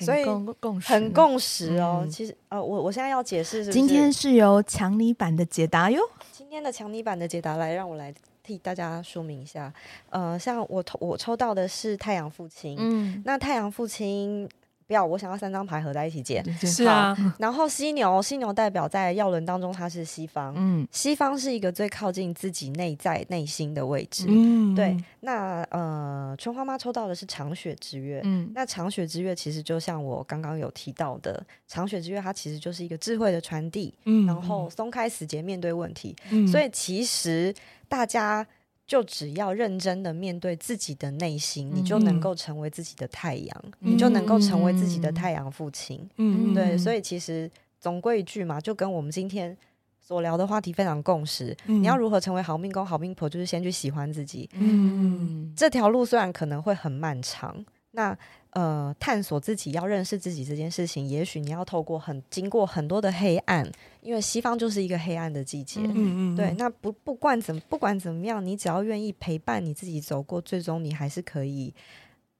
[SPEAKER 4] 所以
[SPEAKER 3] 很共共识
[SPEAKER 4] 很。共识哦。
[SPEAKER 3] 嗯
[SPEAKER 4] 其实呃，我我现在要解释是不是
[SPEAKER 3] 今天是由强尼版的解答哟。
[SPEAKER 4] 今天的强尼版的解答来，让我来替大家说明一下。呃，像我抽我抽到的是太阳父亲，
[SPEAKER 3] 嗯，
[SPEAKER 4] 那太阳父亲不要，我想要三张牌合在一起解。
[SPEAKER 2] 是啊，
[SPEAKER 4] 然后犀牛，犀牛代表在耀轮当中它是西方，
[SPEAKER 3] 嗯
[SPEAKER 4] 西方是一个最靠近自己内在内心的位置。
[SPEAKER 2] 嗯，
[SPEAKER 4] 对，那呃，春花妈抽到的是长雪之月，
[SPEAKER 3] 嗯
[SPEAKER 4] 那长雪之月其实就像我刚刚有提到的，长雪之月它其实就是一个智慧的传递，
[SPEAKER 2] 嗯
[SPEAKER 4] 然后松开死结面对问题。
[SPEAKER 2] 嗯
[SPEAKER 4] 所以其实大家就只要认真的面对自己的内心，你就
[SPEAKER 2] 嗯
[SPEAKER 4] 能够成为自己的太阳，
[SPEAKER 3] 嗯
[SPEAKER 4] 你就能够成为自己的太阳父亲。
[SPEAKER 2] 嗯
[SPEAKER 4] 对，所
[SPEAKER 2] 以
[SPEAKER 4] 以其实总归一句嘛，就跟我们今天。所聊的话题非常共识。
[SPEAKER 2] 嗯
[SPEAKER 4] 你要如何成为好命公、好命婆，就是先去喜欢自己。
[SPEAKER 3] 嗯
[SPEAKER 4] 这条路虽然可能会很漫长，那呃，探索自己、要认识自己这件事情，也许你要透过很经过很多的黑暗，因为西方就是一个黑暗的季节。
[SPEAKER 2] 嗯嗯
[SPEAKER 4] 对，那不不管怎么不管怎么样，你只要愿意陪伴你自己走过，最终你还是可以，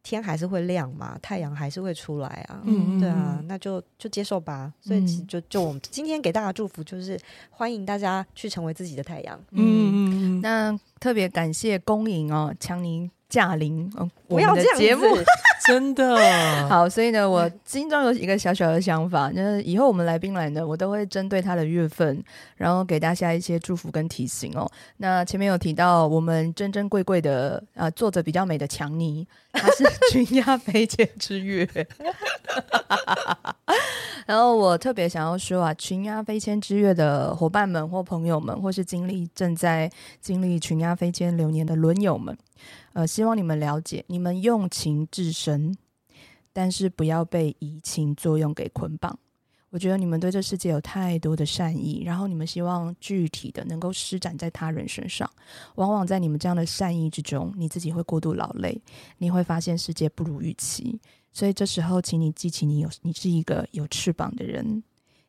[SPEAKER 4] 天还是会亮嘛，太阳还是会出来啊。
[SPEAKER 2] 嗯
[SPEAKER 4] 对啊，那就就接受吧。所以其实
[SPEAKER 3] 嗯
[SPEAKER 4] 就就我们今天给大家祝福，就是欢迎大家去成为自己的太阳。
[SPEAKER 3] 嗯。
[SPEAKER 2] 嗯嗯嗯
[SPEAKER 3] 那特别感谢公营哦，强尼驾临哦，
[SPEAKER 4] 不要
[SPEAKER 3] 我们
[SPEAKER 4] 这
[SPEAKER 3] 的
[SPEAKER 4] 样子，
[SPEAKER 3] 节目
[SPEAKER 2] 真的。
[SPEAKER 3] 好，所以呢，我心中有一个小小的想法，就是以后我们来宾来呢，我都会针对他的月份，然后给大家一些祝福跟提醒哦。那前面有提到我们珍珍贵贵的呃，作者比较美的强尼，她是 群鸦飞姐之月。然后我特别想要说啊，群鸦飞迁之月的伙伴们或朋友们，或是经历正在经历群鸦飞迁流年的轮友们，呃，希望你们了解，你们用情至深，但是不要被移情作用给捆绑。我觉得你们对这世界有太多的善意，然后你们希望具体的能够施展在他人身上。往往在你们这样的善意之中，你自己会过度劳累，你会发现世界不如预期。所以这时候，请你记起你有你是一个有翅膀的人，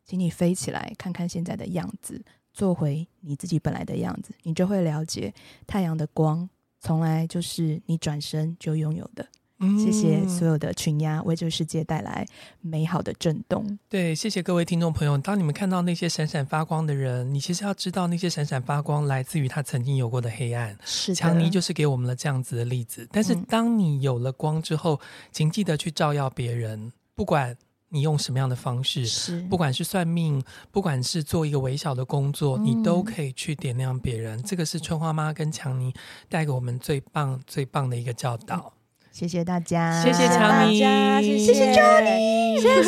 [SPEAKER 3] 请你飞起来，看看现在的样子，做回你自己本来的样子，你就会了解太阳的光从来就是你转身就拥有的。
[SPEAKER 2] 嗯
[SPEAKER 3] 谢谢所有的群鸭为这个世界带来美好的震动。
[SPEAKER 2] 对，谢谢各位听众朋友。当你们看到那些闪闪发光的人，你其实要知道，那些闪闪发光来自于他曾经有过的黑暗。
[SPEAKER 3] 是
[SPEAKER 2] 强尼就是给我们了这样子的例子。但是
[SPEAKER 3] 嗯
[SPEAKER 2] 当你有了光之后，请记得去照耀别人，不管你用什么样的方式，
[SPEAKER 3] 是
[SPEAKER 2] 不管是算命，不管是做一个微小的工作，
[SPEAKER 3] 嗯
[SPEAKER 2] 你都可以去点亮别人。这个是春花妈跟强尼带给我们最棒、最棒的一个教导。
[SPEAKER 3] 谢嗯谢大家，
[SPEAKER 2] 谢谢强尼，
[SPEAKER 4] 大家谢谢
[SPEAKER 2] 强尼，
[SPEAKER 4] 谢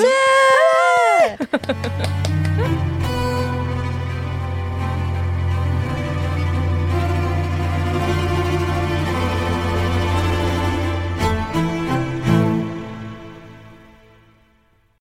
[SPEAKER 4] 谢。